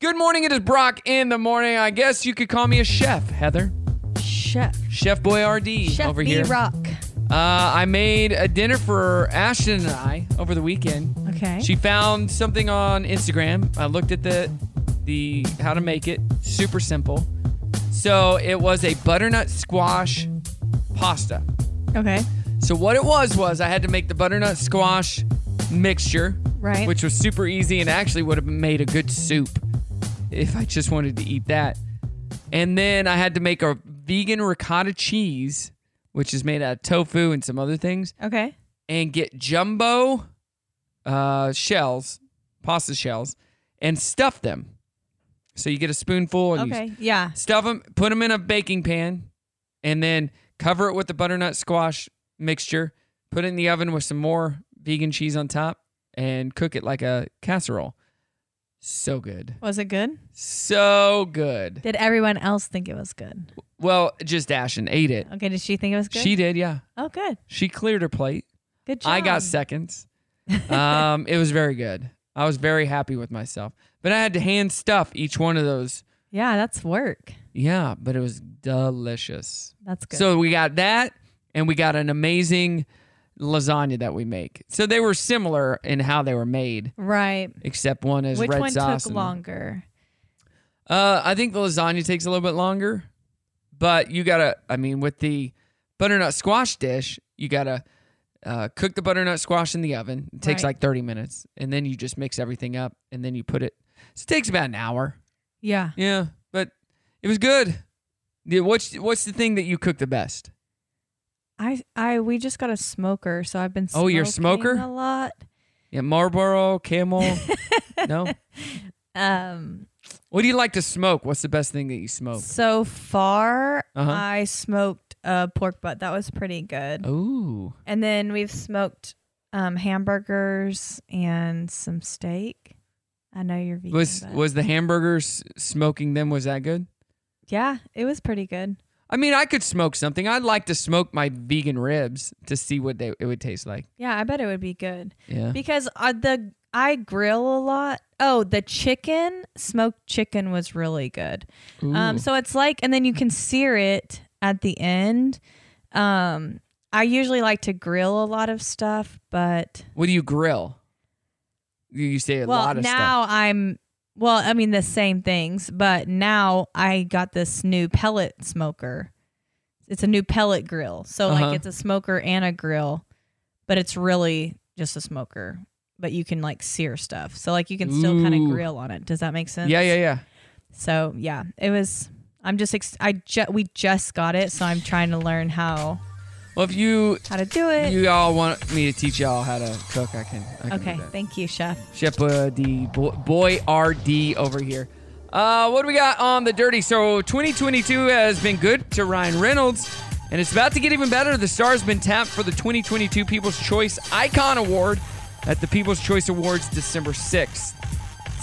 Speaker 1: Good morning. It is Brock in the morning. I guess you could call me a chef, Heather.
Speaker 5: Chef.
Speaker 1: Chef Boyardee
Speaker 5: Chef
Speaker 1: over here.
Speaker 5: B-Rock.
Speaker 1: Uh, I made a dinner for Ashton and I over the weekend.
Speaker 5: Okay.
Speaker 1: She found something on Instagram. I looked at the the how to make it. Super simple. So it was a butternut squash pasta.
Speaker 5: Okay.
Speaker 1: So what it was was I had to make the butternut squash mixture,
Speaker 5: Right.
Speaker 1: Which was super easy and actually would have made a good soup if I just wanted to eat that. And then I had to make a vegan ricotta cheese, which is made out of tofu and some other things.
Speaker 5: Okay.
Speaker 1: And get jumbo uh, shells, pasta shells, and stuff them. So you get a spoonful and
Speaker 5: Okay.
Speaker 1: you
Speaker 5: Yeah.
Speaker 1: Stuff them, put them in a baking pan, and then cover it with the butternut squash mixture. Put it in the oven with some more vegan cheese on top and cook it like a casserole. So good.
Speaker 5: Was it good?
Speaker 1: So good.
Speaker 5: Did everyone else think it was good?
Speaker 1: Well, just Ashen ate it.
Speaker 5: Okay, did she think it was good?
Speaker 1: She did, yeah.
Speaker 5: Oh, good.
Speaker 1: She cleared her plate.
Speaker 5: Good
Speaker 1: I
Speaker 5: job.
Speaker 1: got seconds. Um, it was very good. I was very happy with myself. But I had to hand stuff each one of those.
Speaker 5: Yeah, that's work.
Speaker 1: Yeah, but it was delicious.
Speaker 5: That's good.
Speaker 1: So we got that, and we got an amazing lasagna that we make. So they were similar in how they were made,
Speaker 5: Right.
Speaker 1: except one is
Speaker 5: Which
Speaker 1: red
Speaker 5: one
Speaker 1: sauce.
Speaker 5: took
Speaker 1: and-
Speaker 5: longer?
Speaker 1: Uh, I think the lasagna takes a little bit longer, but you gotta. I mean, with the butternut squash dish, you gotta uh, cook the butternut squash in the oven. It takes
Speaker 5: Right.
Speaker 1: like thirty minutes, and then you just mix everything up, and then you put it. So it takes about an hour.
Speaker 5: Yeah.
Speaker 1: Yeah, but it was good. Yeah, what's what's the thing that you cook the best?
Speaker 5: I I we just got a smoker, so I've been
Speaker 1: Oh, you're a
Speaker 5: smoking
Speaker 1: smoker?
Speaker 5: a lot.
Speaker 1: Yeah, Marlboro, Camel. no.
Speaker 5: Um
Speaker 1: What do you like to smoke? What's the best thing that you smoke?
Speaker 5: so far
Speaker 1: Oh. Uh-huh. Oh.
Speaker 5: I smoked a pork butt. That was pretty good.
Speaker 1: Ooh.
Speaker 5: And then we've smoked um hamburgers and some steak. I know you're vegan.
Speaker 1: Was
Speaker 5: but-
Speaker 1: was the hamburgers smoking them? Was that good?
Speaker 5: Yeah, it was pretty good.
Speaker 1: I mean, I could smoke something. I'd like to smoke my vegan ribs to see what they it would taste like.
Speaker 5: Yeah, I bet it would be good.
Speaker 1: Yeah.
Speaker 5: Because uh, the I grill a lot. Oh, the chicken smoked chicken was really good.
Speaker 6: Ooh.
Speaker 5: Um, so it's like, and then you can sear it at the end. Um, I usually like to grill a lot of stuff, but
Speaker 1: What do you grill? You- You say a
Speaker 5: well,
Speaker 1: lot of
Speaker 5: now
Speaker 1: stuff.
Speaker 5: I'm. Well, I mean the same things, but now I got this new pellet smoker. It's a new pellet grill. So
Speaker 6: Uh-huh.
Speaker 5: like it's a smoker and a grill, but it's really just a smoker. But you can like sear stuff. So like you can still kind of
Speaker 6: Ooh.
Speaker 5: grill on it. Does that make sense?
Speaker 6: Yeah, yeah,
Speaker 1: yeah.
Speaker 5: So yeah, it was I'm just ex- I ju- we just got it, so I'm trying to learn how
Speaker 1: Well, if you
Speaker 5: how to do it.
Speaker 1: you all want me to teach y'all how to cook, I can. I can do
Speaker 5: okay,
Speaker 1: that.
Speaker 5: thank you, chef.
Speaker 1: Shep uh, D boy, boy RD over here. Uh, what do we got on the dirty? So 2022 has been good to Ryan Reynolds, and it's about to get even better. The star's been tapped for the 2022 People's Choice Icon Award at the People's Choice Awards December 6th.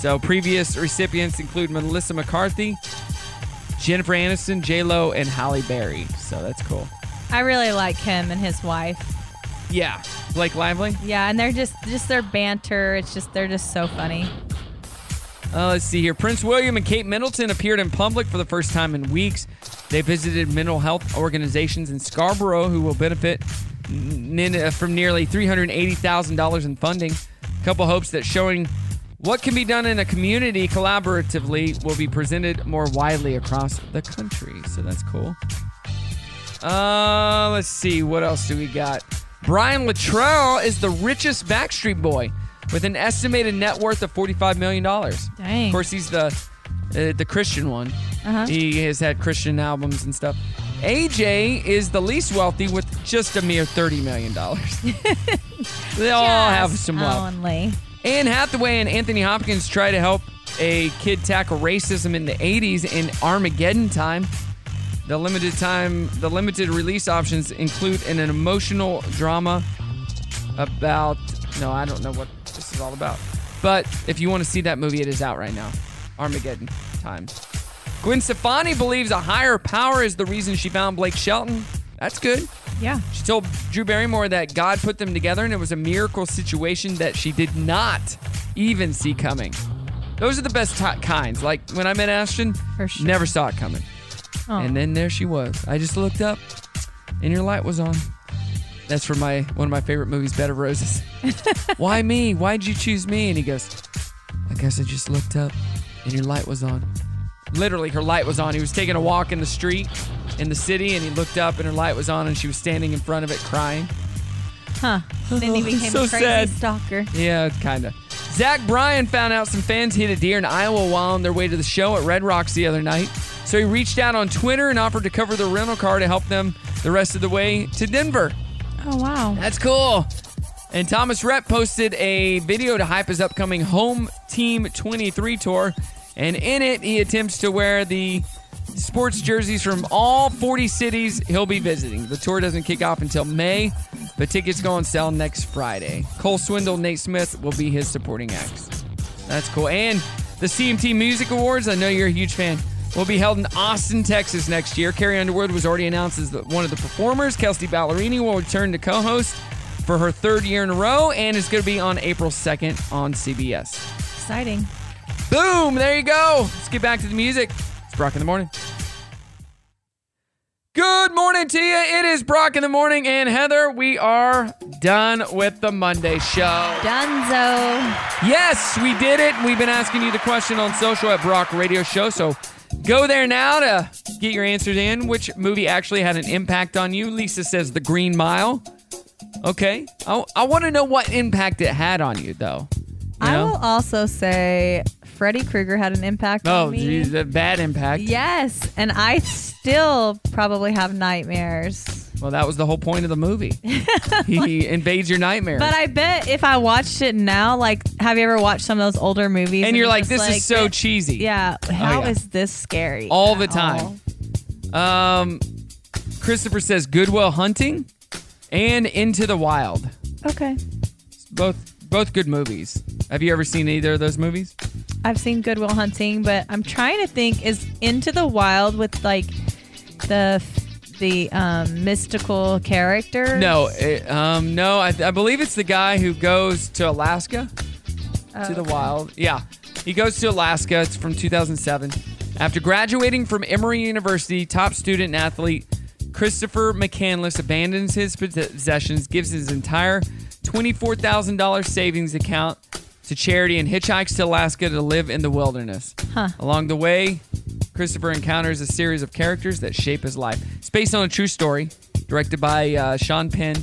Speaker 1: So previous recipients include Melissa McCarthy, Jennifer Aniston, J Lo, and Halle Berry. So that's cool.
Speaker 5: I really like him and his wife.
Speaker 1: Yeah, Blake Lively.
Speaker 5: Yeah, and they're just just their banter. It's just they're just so funny.
Speaker 1: Uh, let's see here. Prince William and Kate Middleton appeared in public for the first time in weeks. They visited mental health organizations in Scarborough who will benefit n- n- from nearly $380,000 in funding. couple hopes that showing what can be done in a community collaboratively will be presented more widely across the country. So that's cool. Uh, let's see. What else do we got? Brian Latrell is the richest Backstreet Boy with an estimated net worth of $45 million.
Speaker 5: Dang.
Speaker 1: Of course, he's the uh, the Christian one.
Speaker 5: Uh-huh.
Speaker 1: He has had Christian albums and stuff. AJ is the least wealthy with just a mere $30 million. they all Oh, have some wealth.
Speaker 5: Only.
Speaker 1: Anne Hathaway and Anthony Hopkins try to help a kid tackle racism in the 80s in Armageddon time. The limited time, the limited release options include an, emotional drama about no, I don't know what this is all about. But if you want to see that movie, it is out right now. Armageddon time. Gwen Stefani believes a higher power is the reason she found Blake Shelton. That's good.
Speaker 5: Yeah.
Speaker 1: She told Drew Barrymore that God put them together and it was a miracle situation that she did not even see coming. Those are the best ti- kinds. Like when I met Ashton, never saw it coming.
Speaker 5: Oh.
Speaker 1: And then there she was. I just looked up and your light was on. That's from my one of my favorite movies, Bed of Roses. Why me? Why'd you choose me? And he goes, I guess I just looked up and your light was on. Literally, her light was on. He was taking a walk in the street in the city and he looked up and her light was on and she was standing in front of it crying.
Speaker 5: Huh. Then he
Speaker 1: Oh,
Speaker 5: became
Speaker 1: so
Speaker 5: a crazy
Speaker 1: sad.
Speaker 5: stalker.
Speaker 1: Yeah, kind of. Zach Bryan found out some fans hit a deer in Iowa while on their way to the show at Red Rocks the other night. So he reached out on Twitter and offered to cover the rental car to help them the rest of the way to Denver.
Speaker 5: Oh wow.
Speaker 1: That's cool. And Thomas Rhett posted a video to hype his upcoming Home Team 23 tour. And in it, he attempts to wear the sports jerseys from all 40 cities he'll be visiting. The tour doesn't kick off until May, but tickets go on sale next Friday. Cole Swindle, Nate Smith will be his supporting acts. That's cool. And the CMT Music Awards, I know you're a huge fan, will be held in Austin, Texas next year. Carrie Underwood was already announced as the, one of the performers. Kelsey Ballerini will return to co host for her third year in a row, and it's going to be on April 2nd on CBS.
Speaker 5: Exciting.
Speaker 1: Boom! There you go. Let's get back to the music. It's Brock in the morning. Good morning to you. It is Brock in the morning, and Heather, we are done with the Monday show.
Speaker 5: Dunzo.
Speaker 1: Yes, we did it. We've been asking you the question on social at Brock Radio Show, so go there now to get your answers in. Which movie actually had an impact on you? Lisa says The Green Mile. Okay. I, I want to know what impact it had on you, though. You
Speaker 5: I
Speaker 1: know?
Speaker 5: will also say Freddy Krueger had an impact
Speaker 1: Oh,
Speaker 5: on me.
Speaker 1: geez, a bad impact.
Speaker 5: Yes, and I still probably have nightmares.
Speaker 1: Well, that was the whole point of the movie. he invades your nightmares.
Speaker 5: But I bet if I watched it now, like, have you ever watched some of those older movies?
Speaker 1: and you're
Speaker 5: it's
Speaker 1: like,
Speaker 5: just
Speaker 1: this is so cheesy.
Speaker 5: Yeah,
Speaker 1: Oh,
Speaker 5: how is
Speaker 1: yeah.
Speaker 5: this scary?
Speaker 1: all the
Speaker 5: at all?
Speaker 1: time. Um, Christopher says Goodwill Hunting and Into the Wild.
Speaker 5: Okay,
Speaker 1: Both both good movies. Have you ever seen either of those movies?
Speaker 5: I've seen Goodwill Hunting, but I'm trying to think: is Into the Wild with like the the um, mystical character?
Speaker 1: No, it- um, no. I, I believe it's the guy who goes to Alaska to the wild. Yeah, he goes to Alaska. It's from 2007. After graduating from Emory University, top student and athlete Christopher McCandless abandons his possessions, gives his entire twenty-four thousand dollars savings account to charity, and hitchhikes to Alaska to live in the wilderness.
Speaker 5: Huh.
Speaker 1: Along the way, Christopher encounters a series of characters that shape his life. It's based on a true story, directed by uh, Sean Penn.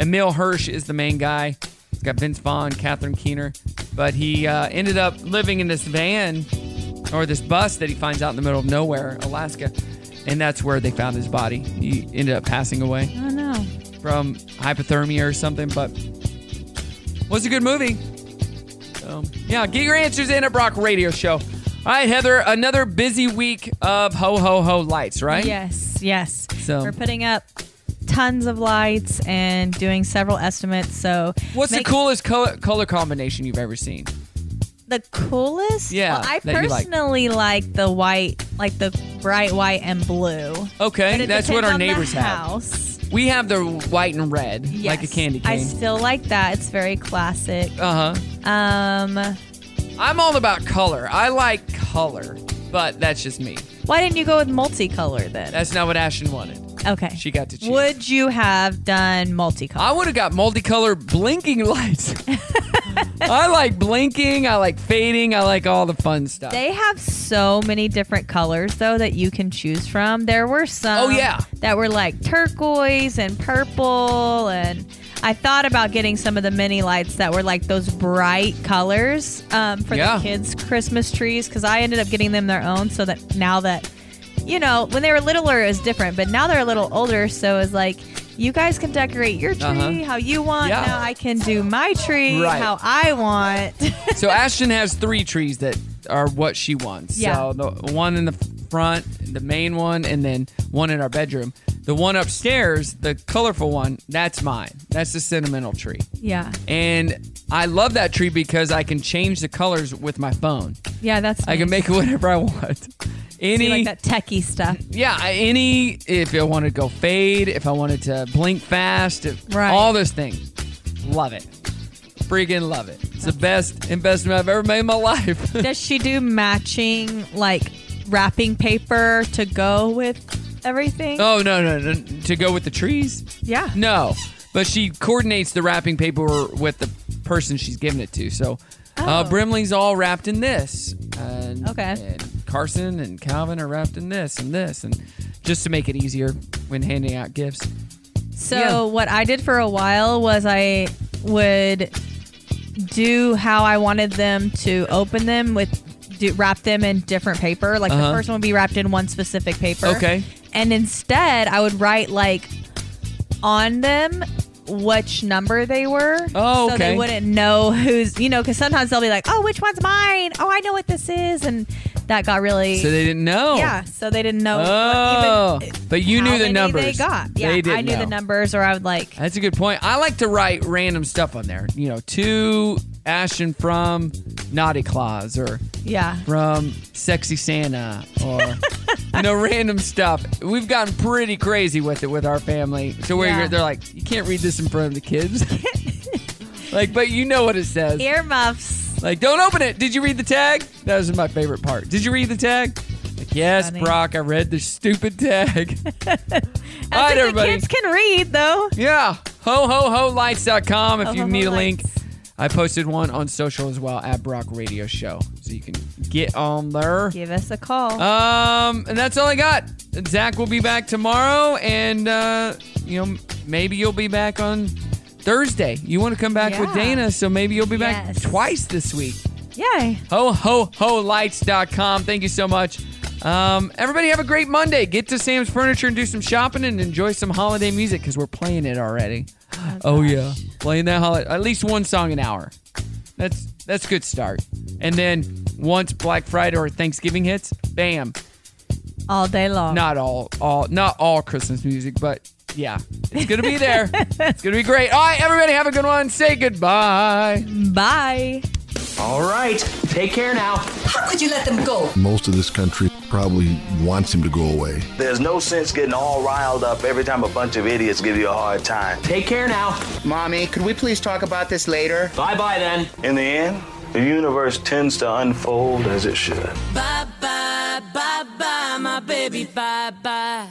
Speaker 1: Emil Hirsch is the main guy. It's got Vince Vaughn, Catherine Keener, but he uh, ended up living in this van or this bus that he finds out in the middle of nowhere, Alaska, and that's where they found his body. He ended up passing away
Speaker 5: Oh no.
Speaker 1: from hypothermia or something, but was a good movie. So, yeah, get your answers in at Brock Radio Show. All right, Heather, another busy week of ho ho ho lights, right?
Speaker 5: Yes, yes.
Speaker 1: So-
Speaker 5: we're putting up tons of lights and doing several estimates. So
Speaker 1: What's
Speaker 5: make-
Speaker 1: the coolest color, color combination you've ever seen?
Speaker 5: The coolest?
Speaker 1: Yeah,
Speaker 5: Well, I
Speaker 1: that you like.
Speaker 5: personally like. the white, like the bright white and blue. But
Speaker 1: Okay,
Speaker 5: it
Speaker 1: that's what
Speaker 5: depends
Speaker 1: our
Speaker 5: on the
Speaker 1: neighbors have.
Speaker 5: House.
Speaker 1: We have the white and red, like a candy
Speaker 5: I
Speaker 1: cane.
Speaker 5: still like that. It's very classic.
Speaker 1: Uh huh.
Speaker 5: Um,
Speaker 1: I'm all about color. I like color, but that's just me.
Speaker 5: why didn't you go with multicolor then?
Speaker 1: That's not what Ashton wanted.
Speaker 5: Okay.
Speaker 1: She got to choose.
Speaker 5: Would you have done multicolor?
Speaker 1: I would have got multicolor blinking lights. I like blinking. I like fading. I like all the fun stuff.
Speaker 5: They have so many different colors though that you can choose from. There were some
Speaker 1: Oh, yeah.
Speaker 5: that were like turquoise and purple and I thought about getting some of the mini lights that were like those bright colors um, for
Speaker 1: Yeah.
Speaker 5: the kids' Christmas trees because I ended up getting them their own so that now that you know, when they were littler, it was different, but now they're a little older, so it's like, you guys can decorate your tree
Speaker 1: Uh-huh.
Speaker 5: how you want.
Speaker 1: Yeah.
Speaker 5: Now I can do my tree
Speaker 1: Right.
Speaker 5: how I want.
Speaker 1: so Ashton has three trees that are what she wants. So
Speaker 5: Yeah.
Speaker 1: the one in the front, the main one, and then one in our bedroom. The one upstairs, the colorful one, that's mine. That's the sentimental tree.
Speaker 5: Yeah.
Speaker 1: And I love that tree because I can change the colors with my phone.
Speaker 5: Yeah, that's
Speaker 1: I can
Speaker 5: nice.
Speaker 1: make it whatever I want. Any
Speaker 5: See, like that techie stuff.
Speaker 1: yeah, I- any if I wanted to go fade, if I wanted to blink fast, if,
Speaker 5: Right.
Speaker 1: all those things. Love it. Freaking love it. It's the best investment I've ever made in my life.
Speaker 5: Does she do matching like wrapping paper to go with everything?
Speaker 1: oh no, no, no. To go with the trees?
Speaker 5: Yeah.
Speaker 1: No. But she coordinates the wrapping paper with the person she's giving it to. So uh,
Speaker 5: Oh.
Speaker 1: Brimley's all wrapped in this. And,
Speaker 5: Okay.
Speaker 1: And Carson and Calvin are wrapped in this and this and just to make it easier when handing out gifts.
Speaker 5: So
Speaker 1: Yeah.
Speaker 5: what I did for a while was I would do how I wanted them to open them with do, wrap them in different paper. Like
Speaker 1: Uh-huh.
Speaker 5: the first one would be wrapped in one specific paper.
Speaker 1: Okay.
Speaker 5: And instead, I would write like on them which number they were.
Speaker 1: Oh,
Speaker 5: So they
Speaker 1: okay.
Speaker 5: wouldn't know who's you know because sometimes they'll be like, oh, which one's mine? Oh, I know what this is, and that got really.
Speaker 1: So they didn't know.
Speaker 5: Yeah. So they didn't know.
Speaker 1: Oh, but you
Speaker 5: how
Speaker 1: knew the
Speaker 5: many
Speaker 1: numbers.
Speaker 5: They got. Yeah,
Speaker 1: They didn't
Speaker 5: I knew
Speaker 1: know. Uh,
Speaker 5: the numbers, or I would like.
Speaker 1: That's a good point. I like to write random stuff on there. You know, to Ashton from Naughty Claws or
Speaker 5: Yeah.
Speaker 1: from Sexy Santa or you know random stuff. We've gotten pretty crazy with it with our family to where
Speaker 5: Yeah.
Speaker 1: you're, they're like, you can't read this in front of the kids. like, but you know what it says.
Speaker 5: Earmuffs.
Speaker 1: Like, don't open it. Did you read the tag? That was my favorite part. Did you read the tag? Like, yes,
Speaker 5: Funny.
Speaker 1: Brock. I read the stupid tag. All right, everybody.
Speaker 5: Kids can read though.
Speaker 1: Yeah. Ho ho ho lights.com if
Speaker 5: Ho,
Speaker 1: you
Speaker 5: ho, ho,
Speaker 1: need a link. I posted one on social as well at Brock Radio Show. So you can get on there.
Speaker 5: Give us a call.
Speaker 1: Um, and that's all I got. Zach will be back tomorrow, and uh, you know, maybe you'll be back on Thursday. You want to come back with
Speaker 5: Yeah.
Speaker 1: Dana, so maybe you'll be back
Speaker 5: Yes.
Speaker 1: twice this week.
Speaker 5: Yay.
Speaker 1: Ho ho ho lights.com. Thank you so much. Um, everybody have a great Monday. Get to Sam's Furniture and do some shopping and enjoy some holiday music because we're playing it already. Oh, yeah, playing that holiday at least one song an hour. That's that's a good start. And then once Black Friday or Thanksgiving hits, bam,
Speaker 5: All day long.
Speaker 1: not all all not all Christmas music, but yeah, it's gonna be there. it's gonna be great. All right, everybody have a good one. Say goodbye.
Speaker 5: Bye.
Speaker 14: All right. Take care now.
Speaker 15: How could you let them go?
Speaker 6: Most of this country probably wants him to go away.
Speaker 22: There's no sense getting all riled up every time a bunch of idiots give you a hard time.
Speaker 14: Take care now. Mommy, could we please talk about this later? Bye bye then.
Speaker 22: In the end, the universe tends to unfold as it should.
Speaker 4: Bye bye, bye bye, my baby, bye bye.